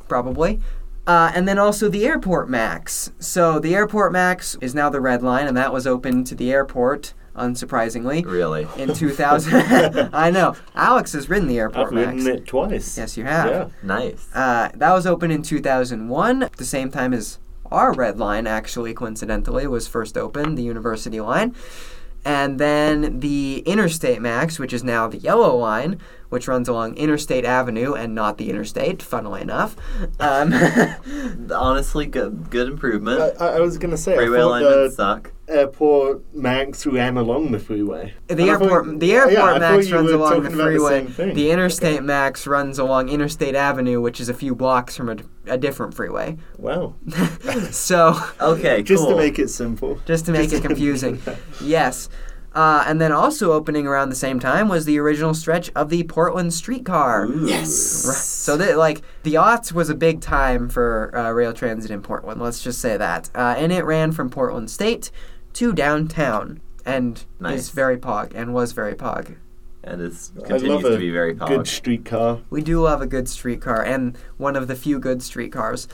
probably. Uh, and then also the airport max. So the airport max is now the red line, and that was open to the airport, unsurprisingly, Really. in 2000. I know. Alex has ridden the airport I've max. written it twice. Yes, you have. Yeah. Nice. Uh, that was open in 2001, the same time as our red line, actually, coincidentally, was first opened, the university line. And then the Interstate Max, which is now the yellow line, which runs along Interstate Avenue and not the interstate, funnily enough. Um, Honestly, good, good improvement. I, I I was going to say, I Freeway thought alignments the suck. airport Max ran along the freeway. And I the airport, thought- the yeah, airport I thought Max you runs were along talking the about freeway. same thing. The Interstate Max runs along Interstate Avenue, which is a few blocks from a, a different freeway. wow. So. Okay, Just cool. to make it simple. just to make it confusing. yes. Uh, and then also opening around the same time was the original stretch of the Portland streetcar. yes. Right. So that like the aughts was a big time for uh, rail transit in Portland. Let's just say that, uh, and it ran from Portland State to downtown, and Nice. is very pog and was very pog. and it's I love continues a to be very popular. good streetcar. We do love a good streetcar and one of the few good streetcars.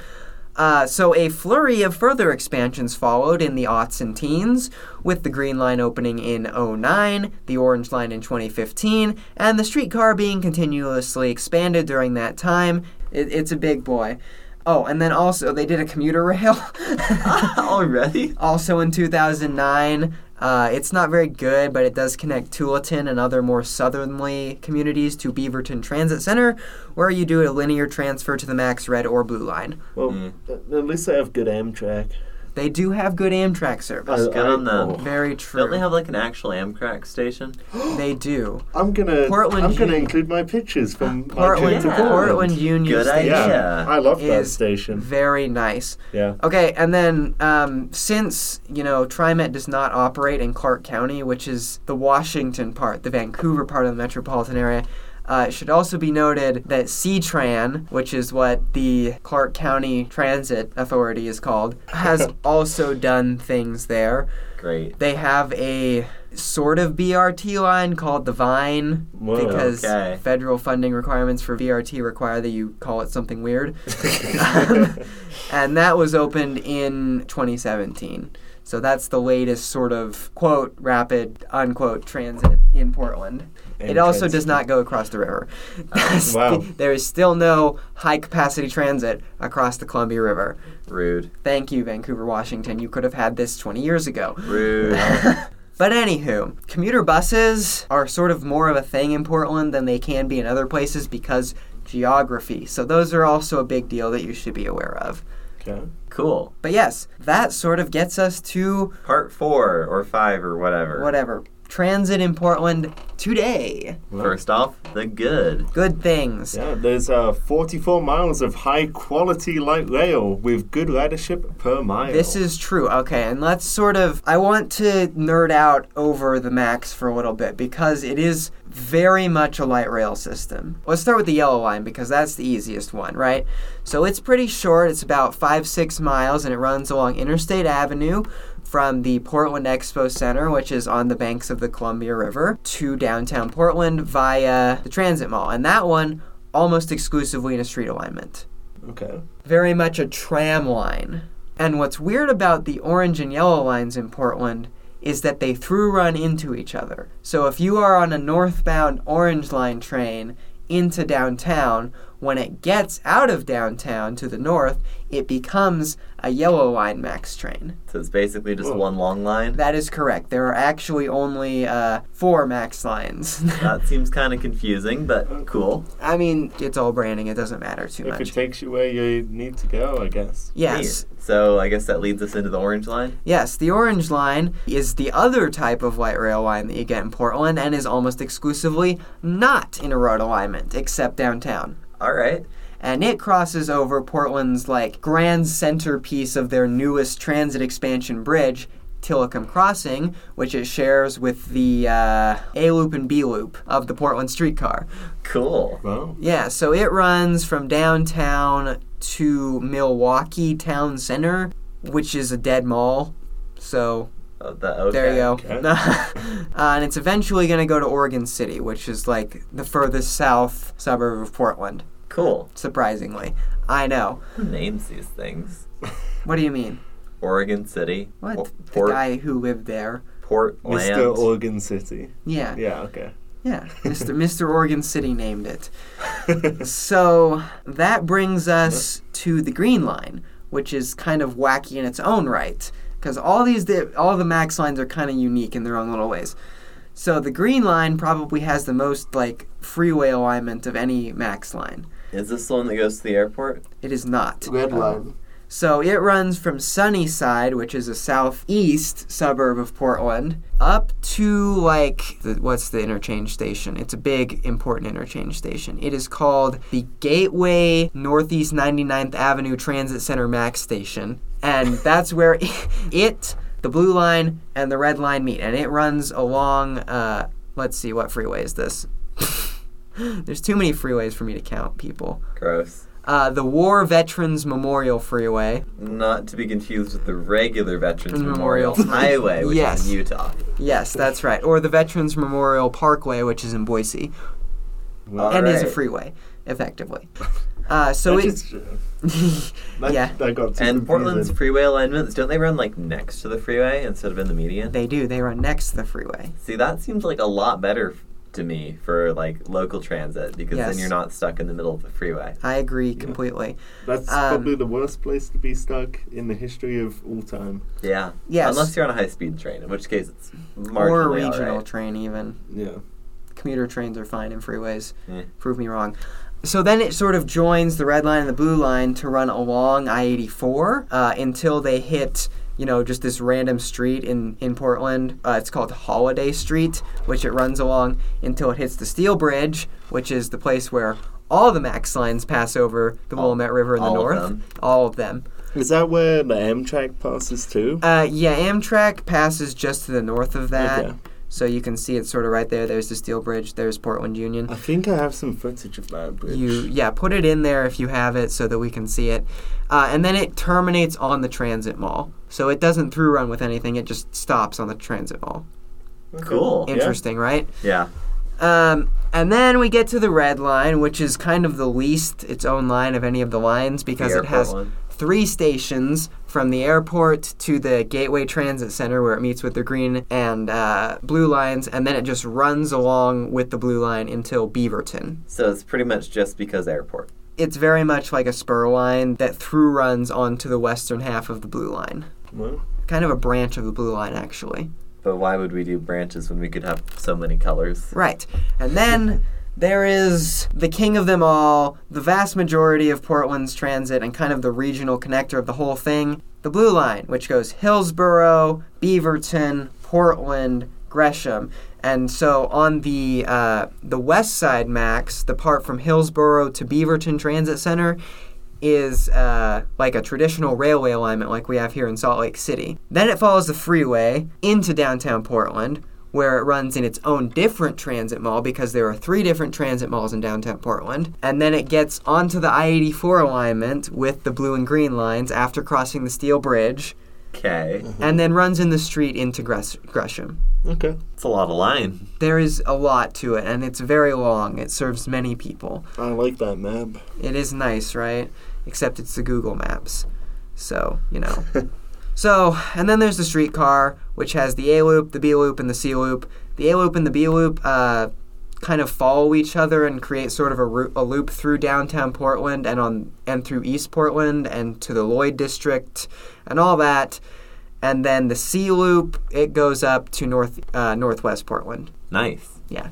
Uh, so a flurry of further expansions followed in the aughts and teens, with the Green Line opening in 09, the Orange Line in 2015, and the streetcar being continuously expanded during that time. It, it's a big boy. Oh, and then also they did a commuter rail. Already? also in 2009. Uh, it's not very good, but it does connect Tualatin and other more southerly communities to Beaverton Transit Center, where you do a linear transfer to the max red or blue line. Well, a- at least they have good Amtrak. They do have good Amtrak service. good on them. oh, very true. Don't they have like an actual Amtrak station? They do. I'm gonna. Portland I'm gonna Union- include my pictures from my Portland, trip to Yeah. Portland. Portland Union Good Station. Yeah, Yeah. I love that Is- station. Very nice. Yeah. Okay, and then um, since you know TriMet does not operate in Clark County, which is the Washington part, the Vancouver part of the metropolitan area, uh, it should also be noted that CTRAN, which is what the Clark County Transit Authority is called, has also done things there. Great. They have a sort of BRT line called the Vine Whoa. because Okay. federal funding requirements for BRT require that you call it something weird. Um, and that was opened in 2017. So that's the latest sort of quote rapid unquote transit in Portland. It also does not go across the river. Oh, wow. There is still no high capacity transit across the Columbia River. Rude. Thank you, Vancouver, Washington. You could have had this 20 years ago. Rude. But anywho, commuter buses are sort of more of a thing in Portland than they can be in other places because geography. So those are also a big deal that you should be aware of. Okay. cool. But yes, that sort of gets us to Part four or five or whatever. whatever. transit in Portland today. First off, the good. Good things. Yeah, there's uh, 44 miles of high quality light rail with good ridership per mile. This is true. Okay, and let's sort of. I want to nerd out over the Max for a little bit because it is very much a light rail system. Let's start with the yellow line because that's the easiest one, right? So it's pretty short. It's about five, six miles, and it runs along Interstate Avenue from the Portland Expo Center, which is on the banks of the Columbia River, to downtown Portland via the Transit Mall. And that one almost exclusively in a street alignment okay. very much a tram line. And what's weird about the orange and yellow lines in Portland is that they through run into each other. So if you are on a northbound orange line train into downtown, when it gets out of downtown to the north, it becomes a yellow line max train. So it's basically just Whoa. one long line. That is correct. There are actually only uh, four max lines. That seems kind of confusing, but cool. I mean, it's all branding, it doesn't matter too If it much. takes you where you need to go, I guess. Yes. Neat. So I guess that leads us into the orange line. Yes, the orange line is the other type of light rail line that you get in Portland and is almost exclusively not in a road alignment, except downtown. All right. And it crosses over Portland's like grand centerpiece of their newest transit expansion bridge, Tillicum Crossing, which it shares with the uh, A loop and B loop of the Portland streetcar. Cool. Well, Yeah, so it runs from downtown to Milwaukee Town Center, which is a dead mall. So Oh, the, okay. there you go. Okay. uh, and it's eventually going to go to Oregon City, which is like the furthest south suburb of Portland, Cool. surprisingly. I know. Who names these things? What do you mean? Oregon City. What? Por- the Port, guy who lived there. Portland. Mr. Oregon City. Yeah. Yeah. Yeah, okay. Mr. Mr. Oregon City named it. So that brings us to the green line, which is kind of wacky in its own right, because all these di- all the max lines are kind of unique in their own little ways. So the green line probably has the most like freeway alignment of any max line. Is this the one that goes to the airport? It is not. Um, Red line. So it runs from Sunnyside, which is a southeast suburb of Portland, up to like the, what's the interchange station? It's a big important interchange station. It is called the Gateway Northeast 99th Avenue Transit Center Max Station, and that's where it, the blue line, and the red line meet, and it runs along. Uh, let's see, what freeway is this? There's too many freeways for me to count, people. Gross. Uh, the War Veterans Memorial Freeway. Not to be confused with the regular Veterans Memorial. Memorial Highway, which Yes. is in Utah. Yes, that's right. Or the Veterans Memorial Parkway, which is in Boise, Well, and is a Alright. freeway, effectively. Uh, so that it, just- that- yeah, that got too And Portland's confusing. freeway alignments, don't they run like next to the freeway instead of in the median? they do. They run next to the freeway. See, that seems like a lot better f- to me for like local transit because Yes. then you're not stuck in the middle of the freeway. I agree completely. That's um, probably the worst place to be stuck in the history of all time. Yeah. Yes. Unless you're on a high speed train, in which case it's marginally Or a all right. regional train, even. Yeah. Commuter trains are fine in freeways. Yeah. Prove me wrong. So then it sort of joins the red line and the blue line to run along I 84 uh, until they hit, you know, just this random street in, in Portland. Uh, it's called Holiday Street, which it runs along until it hits the Steel Bridge, which is the place where all the MAX lines pass over the All- Willamette River in the all of north. them. All of them. Is that where the Amtrak passes too? Uh, yeah, Amtrak passes just to the north of that. Okay. So you can see it sort of right there. There's the Steel Bridge, there's Portland Union. I think I have some footage of that bridge. Uh, you yeah put it in there if you have it so that we can see it uh, and then it terminates on the transit mall so it doesn't through run with anything it just stops on the transit mall Okay. Cool. Yeah. interesting right Yeah. um, and then we get to the red line which is kind of the least its own line of any of the lines because The it has airport one. three stations from the airport to the gateway transit center where it meets with the green and uh, blue lines and then it just runs along with the blue line until beaverton So it's pretty much just because airport. it's very much like a spur line that through runs onto the western half of the blue line. Well, Kind of a branch of the blue line, actually. But why would we do branches when we could have so many colors? Right. And then there is the king of them all, the vast majority of Portland's transit, and kind of the regional connector of the whole thing the blue line, which goes Hillsboro, Beaverton, Portland, Gresham. And so on the uh, the west side, Max, the part from Hillsboro to Beaverton Transit Center is uh, like a traditional railway alignment like we have here in Salt Lake City. Then it follows the freeway into downtown Portland, where it runs in its own different transit mall because there are three different transit malls in downtown Portland. And then it gets onto the I 84 alignment with the blue and green lines after crossing the steel bridge, Okay. and then runs in the street into Gres- Gresham. Okay. It's a lot of line. There is a lot to it, and it's very long. It serves many people. I like that map. It is nice, right? Except it's the Google Maps. So, you know. so, and then there's the streetcar, which has the A loop, the B loop, and the C loop. The A loop and the B loop uh, kind of follow each other and create sort of a, roo- a loop through downtown Portland and on and through East Portland and to the Lloyd district and all that. And then the C loop, it goes up to north uh, northwest Portland. Nice. Yeah.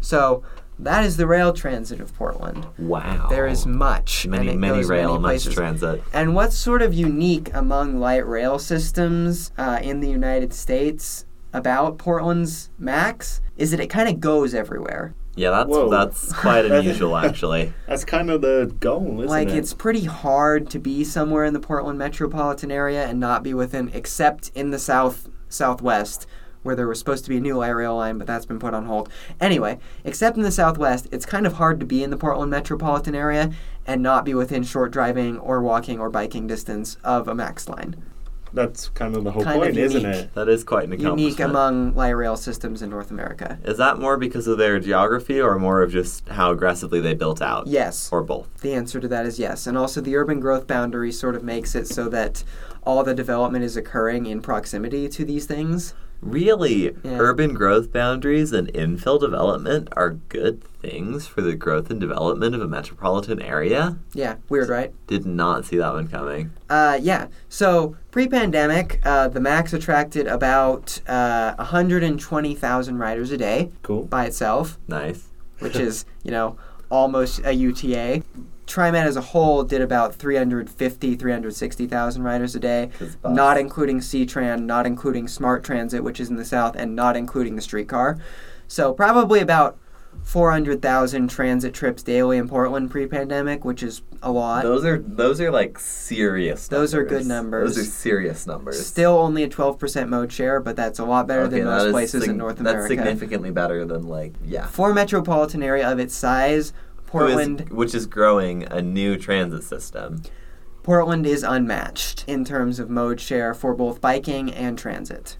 So that is the rail transit of Portland. Wow. There is much. Oh. many, and it many goes rail, many much places. transit. And what's sort of unique among light rail systems uh, in the United States about Portland's MAX is that it kind of goes everywhere. Yeah, that's Whoa. that's quite unusual, actually. That's kind of the goal, isn't like, it? it's pretty hard to be somewhere in the Portland metropolitan area and not be within, except in the south southwest, where there was supposed to be a new light rail line, but that's been put on hold. Anyway, except in the southwest, it's kind of hard to be in the Portland metropolitan area and not be within short driving or walking or biking distance of a MAX line. That's kind of the whole Kind of point, isn't unique. it? That is quite an accomplishment. unique among light rail systems in North America. Is that more because of their geography or more of just how aggressively they built out? Yes, Or both? the answer to that is yes. And also, the urban growth boundary sort of makes it so that all the development is occurring in proximity to these things. Really, Yeah. urban growth boundaries and infill development are good things for the growth and development of a metropolitan area. Yeah, weird, right? Did not see that one coming. Uh, yeah. So pre-pandemic, uh, the Max attracted about uh, 120,000 riders a day Cool. by itself, Nice. which is you know almost a UTA. TriMet as a whole did about 350, 360,000 riders a day. 'Cause bus. not including C-Tran, not including Smart Transit, which is in the south, and not including the streetcar. So probably about 400,000 transit trips daily in Portland pre-pandemic, which is a lot. Those are those are like serious. Those are good numbers. Those are serious numbers. Still only a 12% mode share, but that's a lot better Okay, than that most is places sig- in North That's America. significantly better than like yeah. For a metropolitan area of its size, Who is- Portland which is growing a new transit system. Portland is unmatched in terms of mode share for both biking and transit.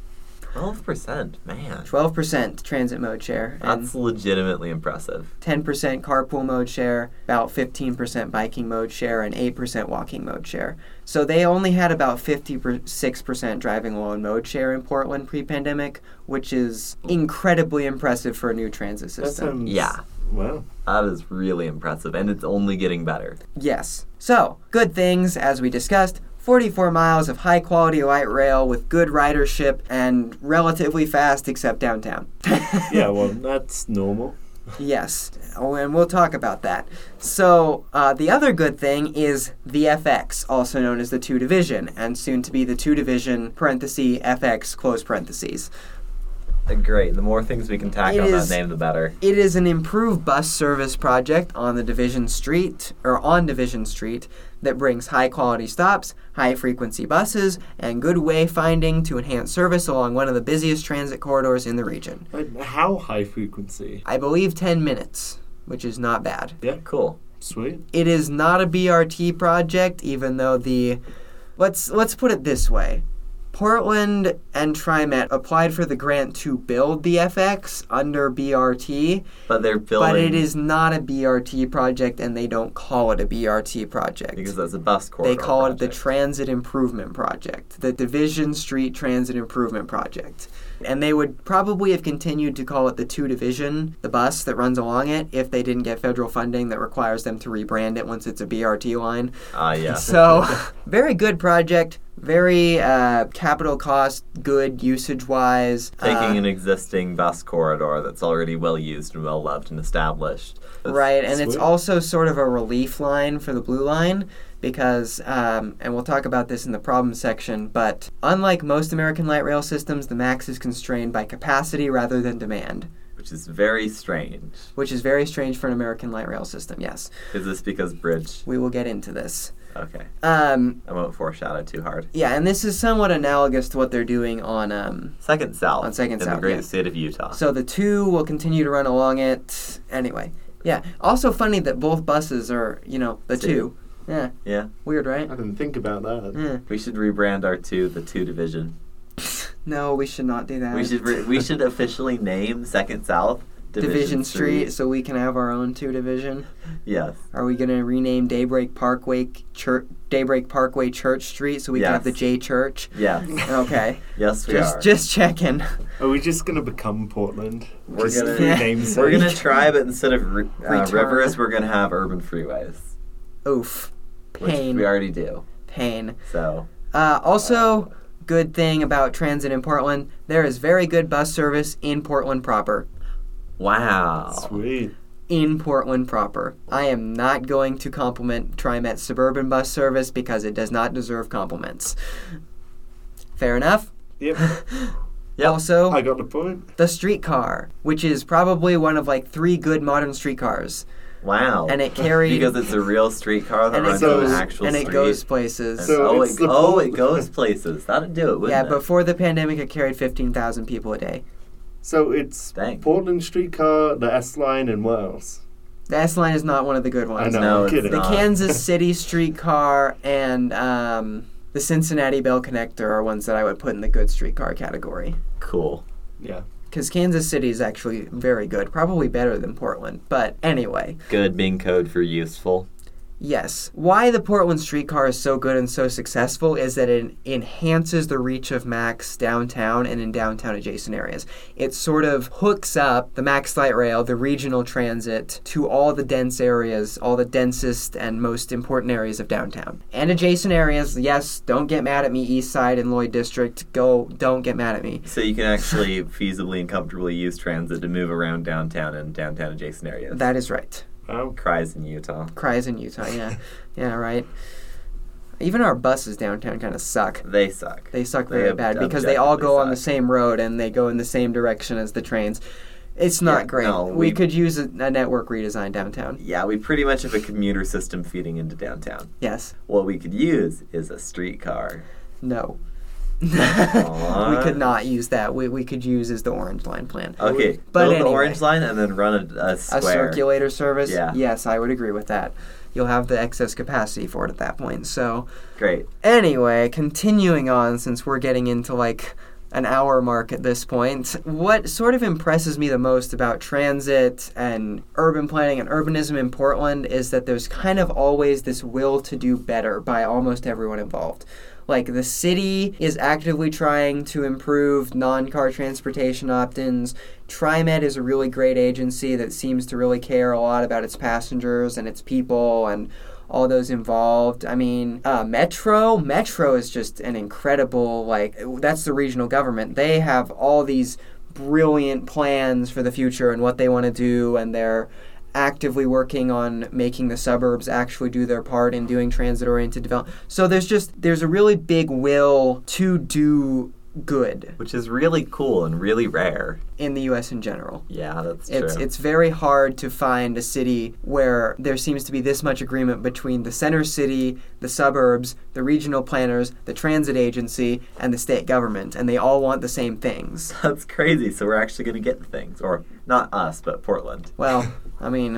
Twelve percent, man. 12% transit mode share and That's legitimately impressive. 10% carpool mode share, about 15% biking mode share, and 8% walking mode share. So they only had about 56% driving alone mode share in Portland pre pandemic, which is incredibly impressive for a new transit That system. sounds. Yeah. Wow. That is really impressive, and it's only getting better. yes. So, good things, as we discussed. 44 miles of high quality light rail with good ridership and relatively fast, except downtown. Yeah, well, that's normal. Yes, oh, and we'll talk about that. So, uh, the other good thing is the FX, also known as the two division, and soon to be the two division parenthesis FX close parentheses. Uh, Great. The more things we can tack It on is- that name, the better. It is an improved bus service project on the Division Street or on Division Street that brings high quality stops, high frequency buses, and good wayfinding to enhance service along one of the busiest transit corridors in the region. Like, how high frequency? I believe 10 minutes, which is not bad. Cool. Sweet. it is not a BRT project, even though the let's let's put it this way. Portland and TriMet applied for the grant to build the FX under BRT, But they're building. but it is not a BRT project and they don't call it a BRT project. because that's a bus corridor. they call it the project. Transit Improvement Project, the Division Street Transit Improvement Project. And they would probably have continued to call it the 2 Division, the bus that runs along it, if they didn't get federal funding that requires them to rebrand it once it's a BRT line. Ah, yeah. So, very good project. very uh, capital cost good usage wise. Taking an existing bus corridor that's already well used and well loved and established. That's- Right, and it's Sweet. also sort of a relief line for the blue line because, um, and we'll talk about this in the problem section, but unlike most American light rail systems, the max is constrained by capacity rather than demand, Which is very strange. which is very strange for an American light rail system, yes. Is this because bridge? We will get into this. Okay. Um, I won't foreshadow too hard. yeah, and this is somewhat analogous to what they're doing on. Um, Second South. On Second in South, the great yeah. state of Utah. so the two will continue to run along it anyway. Yeah. Also funny that both buses are, you know, the Two. two. Yeah. yeah. Weird, right? I didn't think about that. Yeah. We should rebrand our two the two division. No, we should not do that. We should re- we should officially name Second South Division, Street, so we can have our own two division. Yes. Are we gonna rename Daybreak Parkway Church Daybreak Parkway Church Street so we can have the Yes. J Church? Yes. Okay, Yes, we just are. just checking. Are we just gonna become Portland? We're Just gonna- for Yeah. name's We're gonna sake? try, but instead of ri- uh, Return. rivers, we're gonna have urban freeways, Oof, which pain, we already do. pain. So Uh, also, good thing about transit in Portland, there is very good bus service in Portland proper. wow, Sweet. in Portland proper. I am not going to compliment TriMet suburban bus service because it does not deserve compliments. Fair enough. Yep. Yep. Also, I got the point. the streetcar, which is probably one of like three good modern streetcars, wow, and it carries because it's a real streetcar that and it runs on goes an actual and street. it goes And places. So oh, it's it, the oh, pol- it goes places. That'd do it, wouldn't yeah, it? before the pandemic, it carried fifteen thousand people a day. So it's Dang. Portland streetcar, the S line, and what else? The S line is not one of the good ones. I know. No, I'm it's kidding. The not. Kansas City streetcar and um, the Cincinnati Bell Connector are ones that I would put in the good streetcar category. cool. Yeah. because Kansas City is actually very good, probably better than Portland. But anyway, Good being code for useful. yes. Why the Portland streetcar is so good and so successful is that it enhances the reach of Max downtown and in downtown adjacent areas. It sort of hooks up the Max Light Rail, the regional transit, to all the dense areas, all the densest and most important areas of downtown. And adjacent areas, yes, don't get mad at me, East Side and Lloyd District. Go, don't get mad at me. So you can actually feasibly and comfortably use transit to move around downtown and downtown adjacent areas. That is right. Wow. Cries in Utah. cries in Utah. Yeah, yeah, right. Even our buses downtown kind of suck. They suck. They suck They very bad because they all go on the objectively same road and they go in the same direction as the trains. It's not Yeah, great. no, we, we- could use a, a network redesign downtown. Yeah, we pretty much have a commuter system feeding into downtown. Yes. What we could use is a streetcar. No. we Aw. could not use that. We we could use is the orange line plan. Okay, But build anyway. the orange line and then run a, a a square. circulator service. Yeah. Yes, I would agree with that. You'll have the excess capacity for it at that point. So Great. Anyway, continuing on, since we're getting into like an hour mark at this point, what sort of impresses me the most about transit and urban planning and urbanism in Portland is that there's kind of always this will to do better by almost everyone involved. Like the city is actively trying to improve non car transportation opt ins. TriMet is a really great agency that seems to really care a lot about its passengers and its people and all those involved. I mean, uh, Metro, Metro is just an incredible, like, that's the regional government. They have all these brilliant plans for the future and what they want to do, and they're actively working on making the suburbs actually do their part in doing transit oriented development. So there's just, there's a really big will to do good Which is really cool and really rare. in the US in general. Yeah, that's It's true. it's very hard to find a city where there seems to be this much agreement between the center city, the suburbs, the regional planners, the transit agency, and the state government, and they all want the same things. that's crazy. So we're actually going to get things, or not us, but Portland. Well, I mean,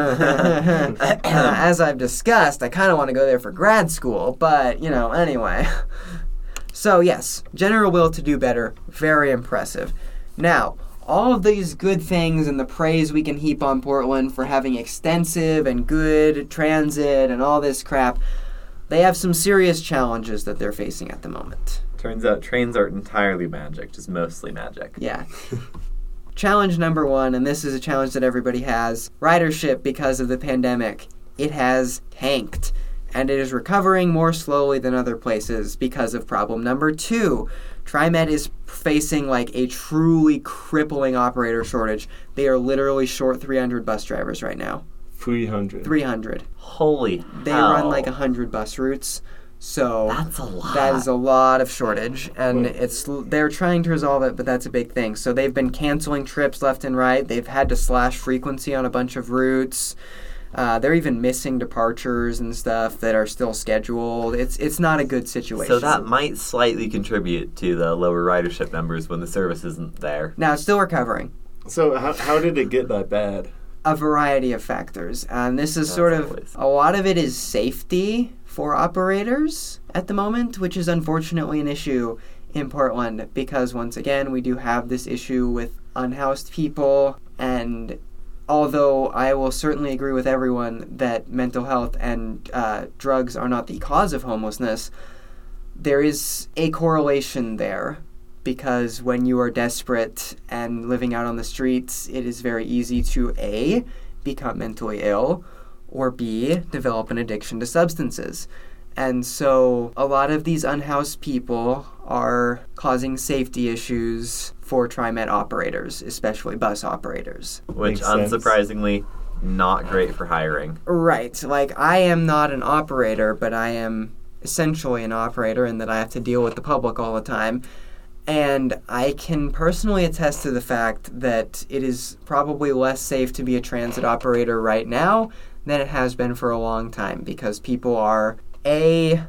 uh, as I've discussed, I kind of want to go there for grad school, but you know, anyway. So yes, general will to do better, very impressive. Now, all of these good things and the praise we can heap on Portland for having extensive and good transit and all this crap, they have some serious challenges that they're facing at the moment. Turns out trains aren't entirely magic, just mostly magic. Yeah. challenge number one, and this is a challenge that everybody has ridership because of the pandemic. It has tanked. and it is recovering more slowly than other places because of problem number two. TriMet is facing like a truly crippling operator shortage. They are literally short 300 bus drivers right now. 300. 300. Holy They hell. run like 100 bus routes. So That's a lot. that is a lot of shortage and Wait. it's they're trying to resolve it but that's a big thing so they've been canceling trips left and right they've had to slash frequency on a bunch of routes uh, they're even missing departures and stuff that are still scheduled it's it's not a good situation so that might slightly contribute to the lower ridership numbers when the service isn't there. now it's still recovering So how, how did it get that bad? a variety of factors. And this is That's sort of always- a lot of it is safety for operators at the moment, which is unfortunately an issue in Portland because once again, we do have this issue with unhoused people and although I will certainly agree with everyone that mental health and uh, drugs are not the cause of homelessness, there is a correlation there because when you are desperate and living out on the streets, it is very easy to A, become mentally ill, or B, develop an addiction to substances. And so a lot of these unhoused people are causing safety issues for TriMet operators, especially bus operators. which Makes sense. unsurprisingly not great for hiring. Right. Like I am not an operator, but I am essentially an operator in that I have to deal with the public all the time. And I can personally attest to the fact that it is probably less safe to be a transit operator right now than it has been for a long time because people are a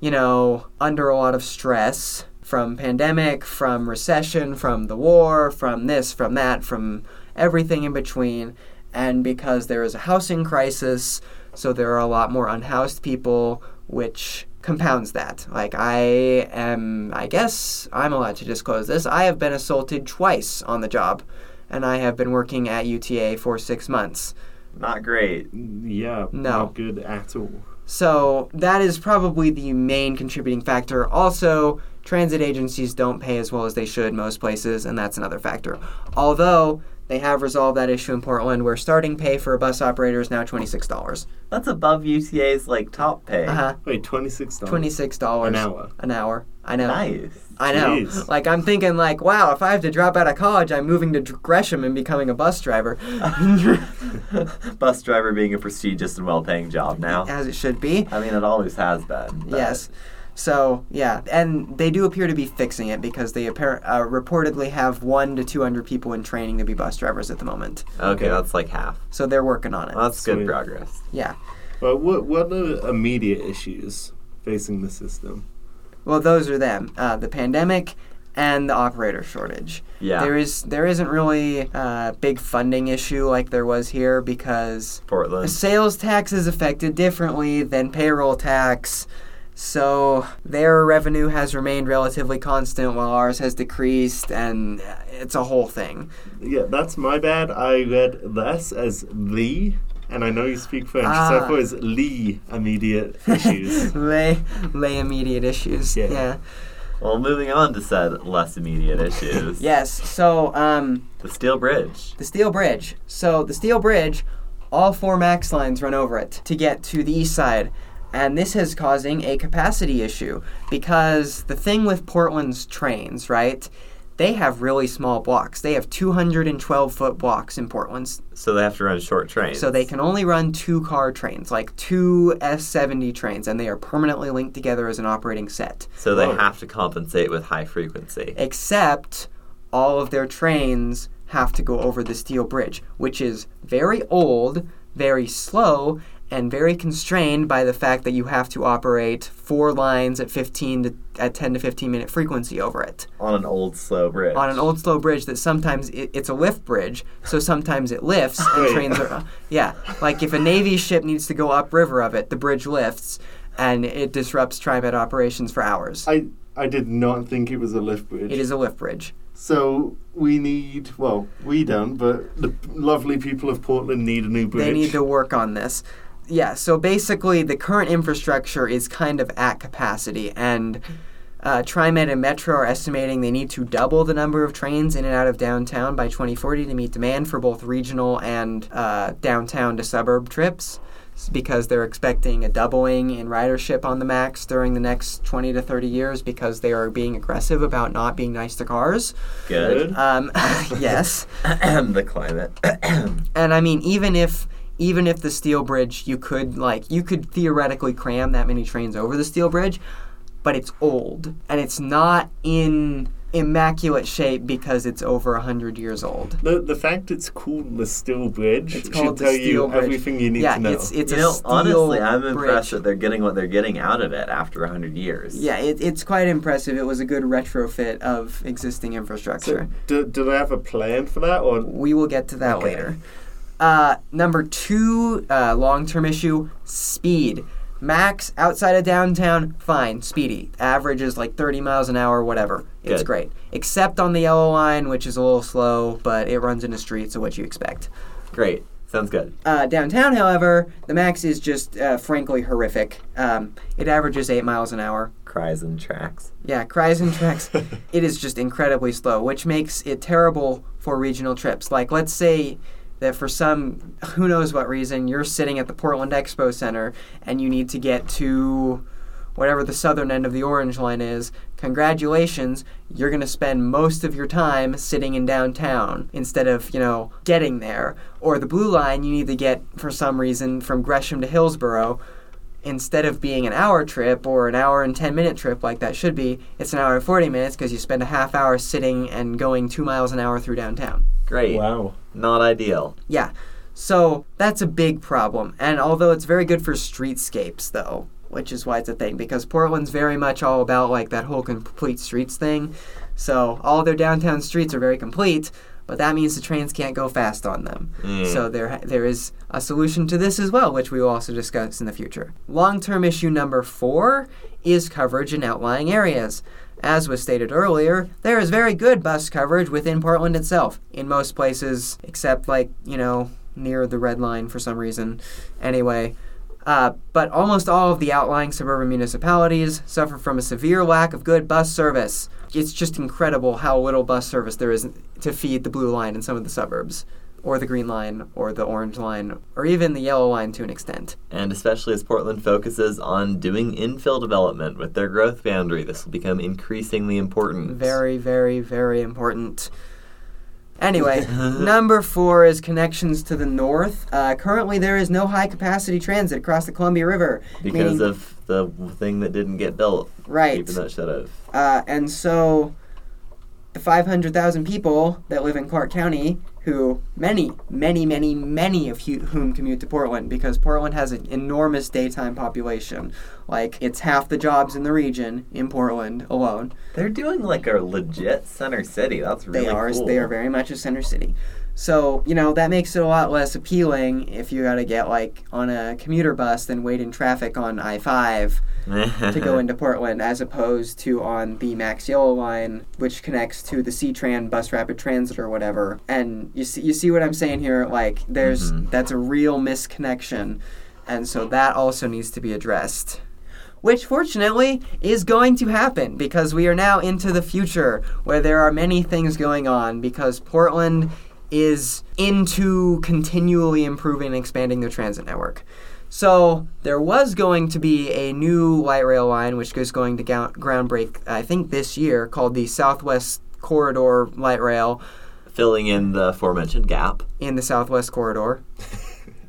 you know, under a lot of stress from pandemic, from recession, from the war, from this, from that, from everything in between. And because there is a housing crisis, so there are a lot more unhoused people, which compounds that. Like, I am, I guess I'm allowed to disclose this. I have been assaulted twice on the job, and I have been working at UTA for six months. Not great. Mm, Yeah, No. not good at all. So that is probably the main contributing factor. Also, transit agencies don't pay as well as they should most places, and that's another factor. Although they have resolved that issue in Portland, where starting pay for a bus operator is now twenty six dollars. That's above UTA's like top pay. Uh huh. Wait, twenty six dollars. Twenty six dollars An hour. An hour. I know. Nice. I know. Jeez. Like I'm thinking, like, wow, if I have to drop out of college, I'm moving to Gresham and becoming a bus driver, Bus driver being a prestigious and well-paying job now. as it should be. I mean, it always has been. but- Yes. So yeah, and they do appear to be fixing it because they appar- uh, reportedly have one to two hundred people in training to be bus drivers at the moment. Okay, that's like half. So they're working on it. Well, that's good Sweet. progress. yeah. Well, what what are immediate issues facing the system? Well, those are them. Uh, the pandemic and the operator shortage. Yeah. There is there isn't really a big funding issue like there was here because Portland. sales tax is affected differently than payroll tax. So their revenue has remained relatively constant while ours has decreased and uh, it's a whole thing. Yeah, that's my bad. I read this as the, and I know you speak French, so Ah. I thought it was the immediate issues. lay lay immediate issues. Yeah. Yeah. Well, moving on to said less immediate issues. Yes. So um, The steel bridge. the steel bridge. So the steel bridge, all four max lines run over it to get to the east side. And this is causing a capacity issue because the thing with Portland's trains, right? They have really small blocks. They have 212 foot blocks in Portland's So they have to run short trains. So they can only run two car trains, like two S70 trains, and they are permanently linked together as an operating set. So they Whoa. have to compensate with high frequency. except all of their trains have to go over the steel bridge, which is very old, very slow, and very constrained by the fact that you have to operate four lines at 15 to at 10 to 15 minute frequency over it on an old slow bridge. on an old slow bridge that sometimes it, it's a lift bridge, so sometimes it lifts and Wait. trains are uh, yeah, like if a navy ship needs to go upriver of it, the bridge lifts and it disrupts TriMet operations for hours. I I did not think it was a lift bridge. It is a lift bridge. So we need, well, we don't, but the lovely people of Portland need a new bridge. They need to work on this. Yeah, so basically the current infrastructure is kind of at capacity and Uh, TriMet and Metro are estimating they need to double the number of trains in and out of downtown by 2040 to meet demand for both regional and uh, downtown to suburb trips s- because they're expecting a doubling in ridership on the max during the next 20 to 30 years because they are being aggressive about not being nice to cars. Good. Um, yes. the climate. And I mean, even if even if the steel bridge, you could like you could theoretically cram that many trains over the steel bridge, but it's old and it's not in immaculate shape because it's over hundred years old. The, the fact it's called the Steel Bridge It's should called the tell Steel you Bridge. everything you need yeah, to know. it's it's you a know, steel honestly, I'm bridge. impressed that they're getting what they're getting out of it after 100 years. Yeah, it, it's quite impressive. It was a good retrofit of existing infrastructure. so, do, do they have a plan for that, or We will get to that Okay. later. Uh, number two uh, long term issue speed. Max outside of downtown, fine, speedy. Average is like 30 miles an hour, whatever. It's Good. great. Except on the yellow line, which is a little slow, but it runs into streets, so what you expect. Great. Sounds good. Uh, downtown, however, the max is just uh, frankly horrific. Um, it averages 8 miles an hour. Cries and tracks. Yeah, cries and tracks. it is just incredibly slow, which makes it terrible for regional trips. Like, let's say that for some who knows what reason you're sitting at the Portland Expo Center and you need to get to whatever the southern end of the orange line is. Congratulations, you're going to spend most of your time sitting in downtown instead of, you know, getting there. Or the blue line you need to get for some reason from Gresham to Hillsborough instead of being an hour trip or an hour and 10 minute trip like that should be, it's an hour and 40 minutes because you spend a half hour sitting and going two miles an hour through downtown. Great. wow? Not ideal. Yeah. So that's a big problem. And although it's very good for streetscapes, though, which is why it's a thing, because Portland's very much all about like that whole complete streets thing. So all their downtown streets are very complete, but that means the trains can't go fast on them. So there, there is a solution to this as well, which we will also discuss in the future. Long term issue number four is coverage in outlying areas. As was stated earlier, there is very good bus coverage within Portland itself, in most places, except like, you know, near the Red Line for some reason. Anyway, uh, but almost all of the outlying suburban municipalities suffer from a severe lack of good bus service. It's just incredible how little bus service there is to feed the blue line in some of the suburbs, or the green line, or the orange line, or even the yellow line to an extent. And especially as Portland focuses on doing infill development with their growth boundary, this will become increasingly important. Very, very, very important. Anyway, number four is connections to the north. Uh, currently, there is no high capacity transit across the Columbia River. Because meaning- of the thing that didn't get built. Right. Even that should have. Uh, and so the 500,000 people that live in Clark County, who many, many, many, many of hu- whom commute to Portland, because Portland has an enormous daytime population. Like, it's half the jobs in the region in Portland alone. They're doing like a legit center city. That's really They are cool. they are very much a center city. So, you know, that makes it a lot less appealing if you got to get, like, on a commuter bus than wait in traffic on I 5 to go into Portland as opposed to on the Max Yellow line, which connects to the C-Tran bus rapid transit or whatever. And you see, you see what I'm saying here? Like, there's Mm-hmm. that's a real misconnection, and so that also needs to be addressed. Which fortunately is going to happen because we are now into the future where there are many things going on because Portland is into continually improving and expanding their transit network. So there was going to be a new light rail line, which is going to gou- groundbreak, I think, this year, called the Southwest Corridor Light Rail Filling in the aforementioned gap. in the Southwest Corridor.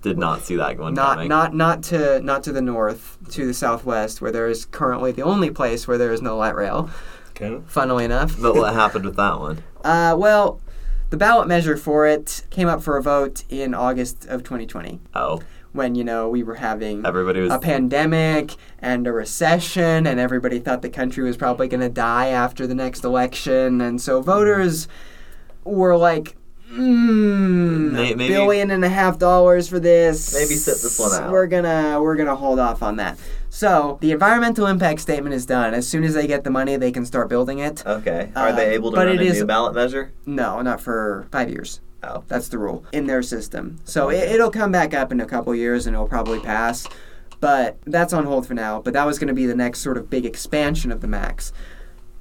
Did not see that one Not, coming. not, not to, not to the north, to the southwest, where there is currently the only place where there is no light rail. Okay. Funnily enough, But what happened with that one? Uh, well, the ballot measure for it came up for a vote in August of 2020 Oh, when, you know, we were having everybody was a pandemic and a recession, and everybody thought the country was probably going to die after the next election. And so Mm-hmm. voters were like, Mm, May- maybe- billion and a half dollars for this. Maybe sit this one out. We're gonna we're gonna hold off on that. So the environmental impact statement is done. As soon as they get the money, they can start building it. okay. Are Uh, they able to but run it a is- new ballot measure? No, not for five years. Oh, That's the rule in their system. So it, it'll come back up in a couple years and it'll probably pass. But that's on hold for now. But that was going to be the next sort of big expansion of the max.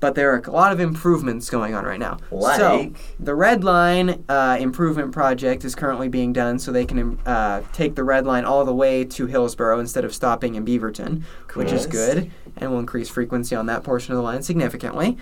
but there are a lot of improvements going on right now. So, Like? the Red Line uh, improvement project is currently being done, so they can um, uh, take the Red Line all the way to Hillsboro instead of stopping in Beaverton, which is Yes. good and will increase frequency on that portion of the line significantly.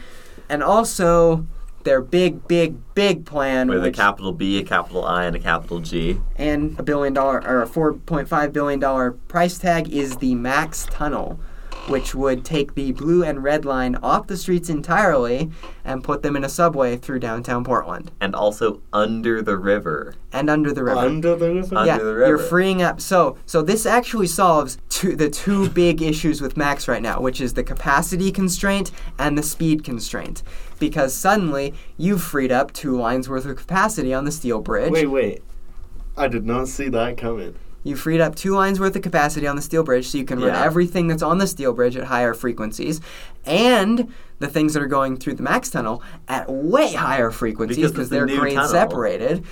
And also, their big, big, big plan With a which- capital B, a capital I, and a capital G. and a billion dollar or a four point five billion dollar price tag is the Max Tunnel, which would take the blue and red line off the streets entirely and put them in a subway through downtown Portland And also under the river. and under the river. Under the river. Uh, yeah, Under the you're river. freeing up. So, so this actually solves two, the two big issues with Max right now, which is the capacity constraint and the speed constraint, because suddenly you've freed up two lines worth of capacity on the steel bridge. Wait, wait. I did not see that coming. You freed up two lines worth of capacity on the steel bridge, so you can run Yeah. everything that's on the steel bridge at higher frequencies, and the things that are going through the max tunnel at way higher frequencies Because because it's the they're new grade tunnel. separated.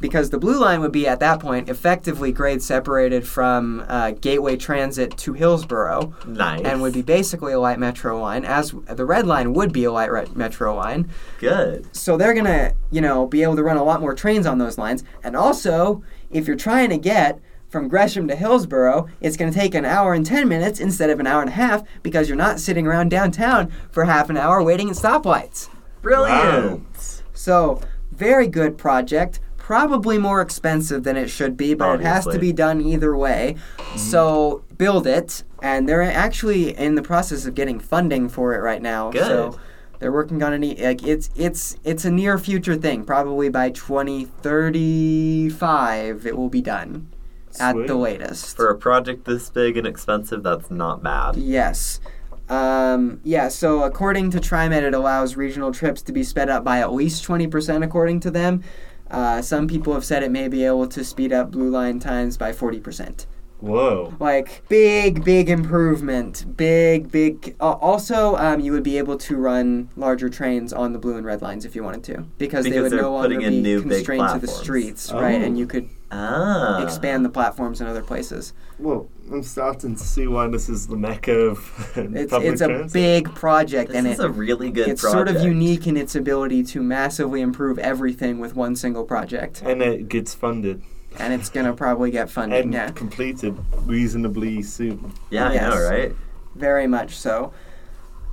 Because the blue line would be at that point effectively grade separated from uh, Gateway Transit to Hillsboro, Nice. and would be basically a light metro line, as the red line would be a light red metro line good. so they're gonna you know be able to run a lot more trains on those lines and also if you're trying to get from gresham to hillsboro it's gonna take an hour and 10 minutes instead of an hour and a half because you're not sitting around downtown for half an hour waiting at stoplights Brilliant. so very good project probably more expensive than it should be but it has to Obviously. Mm-hmm. be done either way so build it and they're actually in the process of getting funding for it right now Good. so they're working on any like it's it's it's a near future thing. Probably by 2035 it will be done at Sweet. the latest. For a project this big and expensive, that's not bad. yes. Um, yeah, so according to TriMet, it allows regional trips to be sped up by at least 20%, according to them. Uh, some people have said it may be able to speed up Blue Line times by 40%. Whoa. like big big improvement big big uh, also um, you would be able to run larger trains on the blue and red lines if you wanted to because, they Because would they're no longer putting in be new big constrained to the platforms. streets right Oh. and you could Ah. expand the platforms in other places Well, I'm starting to see why this is the mecca of it's, public it's a transit. big project This and is it, a really good it's sort project. of unique in its ability to massively improve everything with one single project and it gets funded and it's going to probably get funded and yeah completed reasonably soon. Yeah, Yes. I know, right? very much so.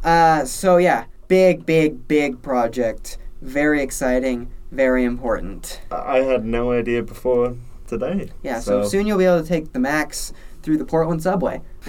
Uh, so yeah, big, big, big project. Very exciting. Very important. I I had no idea before today. Yeah. So, soon you'll be able to take the Max through the Portland subway,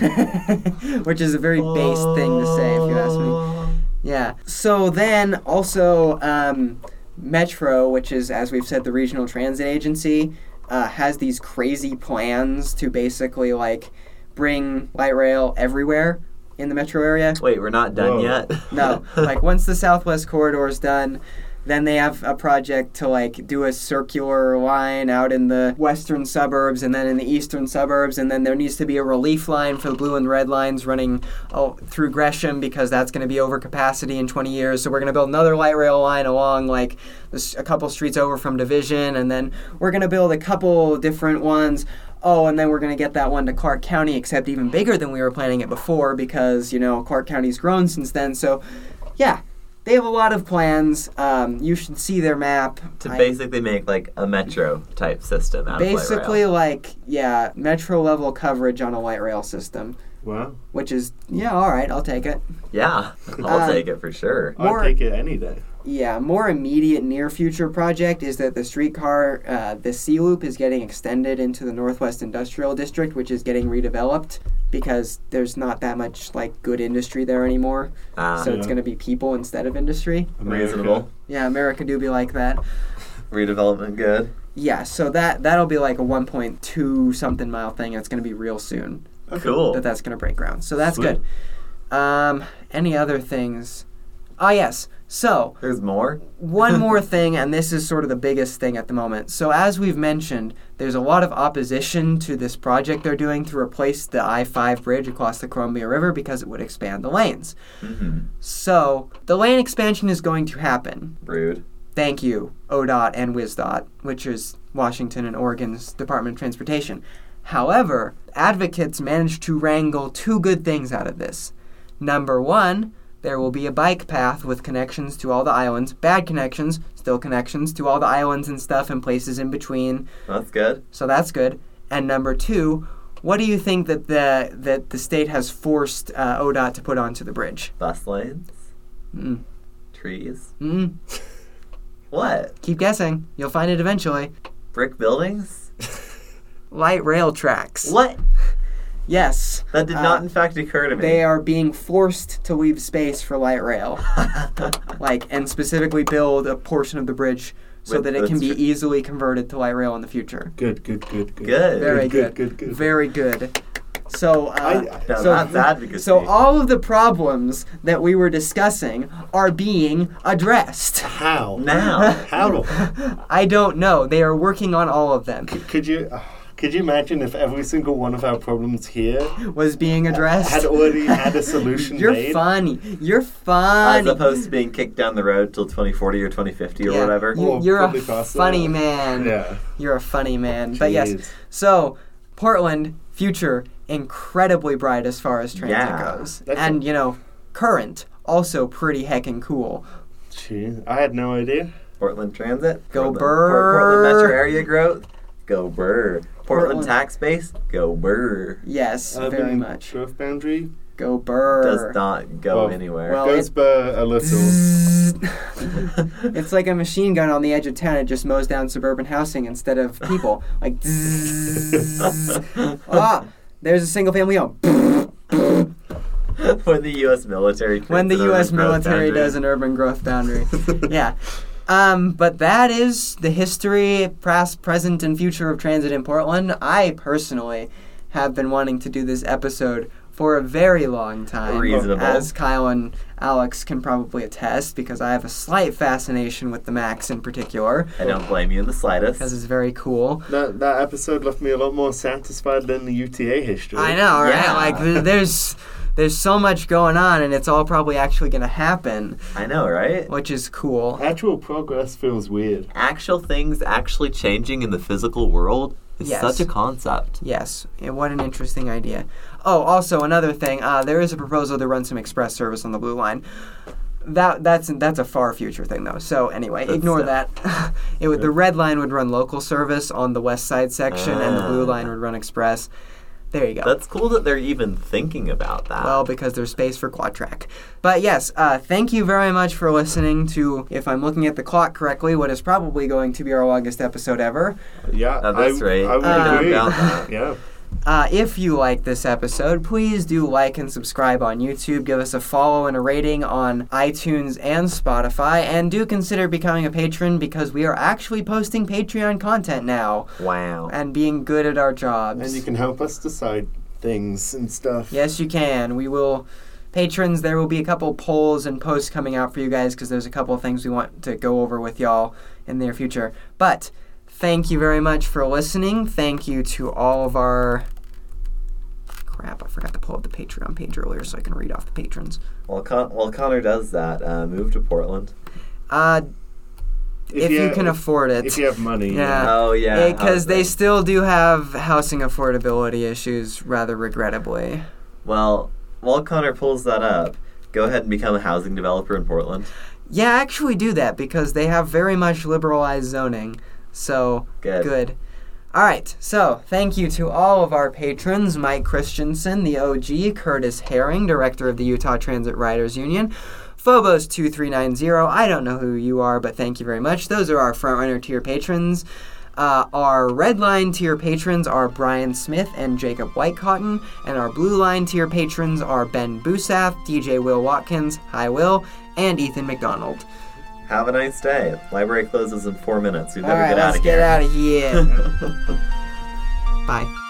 which is a very base thing to say, if you ask me. Yeah. So then also um, Metro, which is as we've said the regional transit agency, uh, has these crazy plans to basically like bring light rail everywhere in the metro area. Wait, we're not done Whoa. yet? No, like once the Southwest Corridor is done, then they have a project to like do a circular line out in the western suburbs and then in the eastern suburbs, and then there needs to be a relief line for the blue and red lines running oh, through Gresham because that's going to be over capacity in 20 years. So we're going to build another light rail line along like this, a couple streets over from Division, and then we're going to build a couple different ones. Oh, and then we're going to get that one to Clark County, except even bigger than we were planning it before because, you know, Clark County's grown since then. So, yeah, they have a lot of plans. Um, you should see their map. to I- basically make like a metro type system out basically, of light rail. like, yeah, metro level coverage on a light rail system, Wow. which is, yeah, all right, I'll take it. Yeah, I'll Um, take it for sure. More- I'd take it any day. Yeah, more immediate near future project is that the streetcar, uh, the C loop is getting extended into the Northwest Industrial District, which is getting redeveloped because there's not that much like good industry there anymore. Ah, so it's Yeah. going to be people instead of industry. America. reasonable. Yeah, America do be like that. Redevelopment good. Yeah, so that that'll be like a 1.2 something mile thing. It's going to be real soon Okay. Cool. that that's going to break ground. So that's Sweet. good. Um, any other things? Ah, yes. So There's more. one more thing, and this is sort of the biggest thing at the moment. So, as we've mentioned, there's a lot of opposition to this project they're doing to replace the I 5 bridge across the Columbia River because it would expand the lanes. hmm So, the lane expansion is going to happen. Rude. Thank you, ODOT and WISDOT, which is Washington and Oregon's Department of Transportation. However, advocates managed to wrangle two good things out of this. Number one, There will be a bike path with connections to all the islands, bad connections, still connections to all the islands and stuff and places in between. That's good. So that's good. And number two, what do you think that the that the state has forced uh, ODOT to put onto the bridge? Bus lanes, Mm. trees. Mm. What? Keep guessing. You'll find it eventually. Brick buildings? Light rail tracks. What? Yes. That did Uh, not, in fact, occur to me. They are being forced to leave space for light rail, like, and specifically build a portion of the bridge so With- that it can that's be tr- easily converted to light rail in the future. Good, good, good, good. Good. Very good, good. good, good. Very good. So, uh, I- I- Now so, that's advocacy. so all of the problems that we were discussing are being addressed. How? Now. How? do- I don't know. They are working on all of them. could you? uh, Could you imagine if every single one of our problems here Was being addressed. had already had a solution You're made? funny. You're As funny. opposed to being kicked down the road till 2040 or 2050 or Um, Yeah. whatever. You, Oh, are probably a faster. funny man. Yeah. You're a funny man. But yes, Jeez. so Portland future incredibly bright as far as transit Yeah. goes, That's and you know current also pretty heckin' cool. Gee, I had no idea. Portland Transit. Go Portland, Port- Portland Burr. Metro Area Growth. Go Burr. Portland, Portland. Tax Base. Go Burr. Yes, very Urban much. Growth boundary Go Burr. Does not go Well, anywhere. well- Oh, goes it- by a little. it's like a machine gun on the edge of town. It just mows down suburban housing instead of people. Like, ah, there's a single family home. when the U.S. military when the creates U.S. an urban growth military boundary. does an urban growth boundary. yeah. Um, but that is the history, past, present, and future of transit in Portland. I personally have been wanting to do this episode for a very long time. Reasonable. As Kyle and Alex can probably attest, because I have a slight fascination with the Max in particular, I don't blame you in the because slightest. it's very cool. That that episode left me a lot more satisfied than the UTA history. I know, right? Yeah. Like, th- there's. There's so much going on, and it's all probably actually going to happen, I know, right? which is cool. Actual progress feels weird. actual things actually changing in the physical world is Yes. such a concept. Yes, and what an interesting idea. Oh, also another thing, uh, there is a proposal to run some express service on the Blue Line. That that's that's a far future thing though. So anyway, That's ignore it. that. it would, the red line would run local service on the west side section, and the blue Ah. line would run express. There you go. That's cool that they're even thinking about that. well, because there's space for quad track. But yes, uh, thank you very much for listening to, if I'm looking at the clock correctly, what is probably going to be our longest episode ever. Yeah, at this I, rate, I would you Um, can agree. about that. yeah. Uh, if you like this episode, please do like and subscribe on YouTube. Give us a follow and a rating on iTunes and Spotify. And do consider becoming a patron because we are actually posting Patreon content now Wow. and being good at our jobs. And you can help us decide things and stuff. Yes, you can. We will. Patrons, there will be a couple polls and posts coming out for you guys because there's a couple of things we want to go over with y'all in the near future. But thank you very much for listening. Thank you to all of our. Crap, I forgot to pull up the Patreon page earlier so I can read off the patrons. While, Con- while Connor does that, uh, move to Portland. Uh, if, you, can afford it. If you have money. Uh, Yeah. Oh, yeah. Because they housing. still do have housing affordability issues, rather regrettably. Well, while Connor pulls that up, go ahead and become a housing developer in Portland. Yeah, actually do that because they have very much liberalized zoning. So Good. good. All right. So thank you to all of our patrons: Mike Christensen, the OG; Curtis Herring, director of the Utah Transit Riders Union. Phobos two three nine zero. I don't know who you are, but thank you very much. Those are our frontrunner tier patrons. Uh, our red line tier patrons are Brian Smith and Jacob Whitecotton, and our blue line tier patrons are Ben Busath, DJ Will Watkins, Hi Will, and Ethan McDonald. Have a nice day. Library closes in four minutes. We All better right, get out let's get of here. out of here. Bye.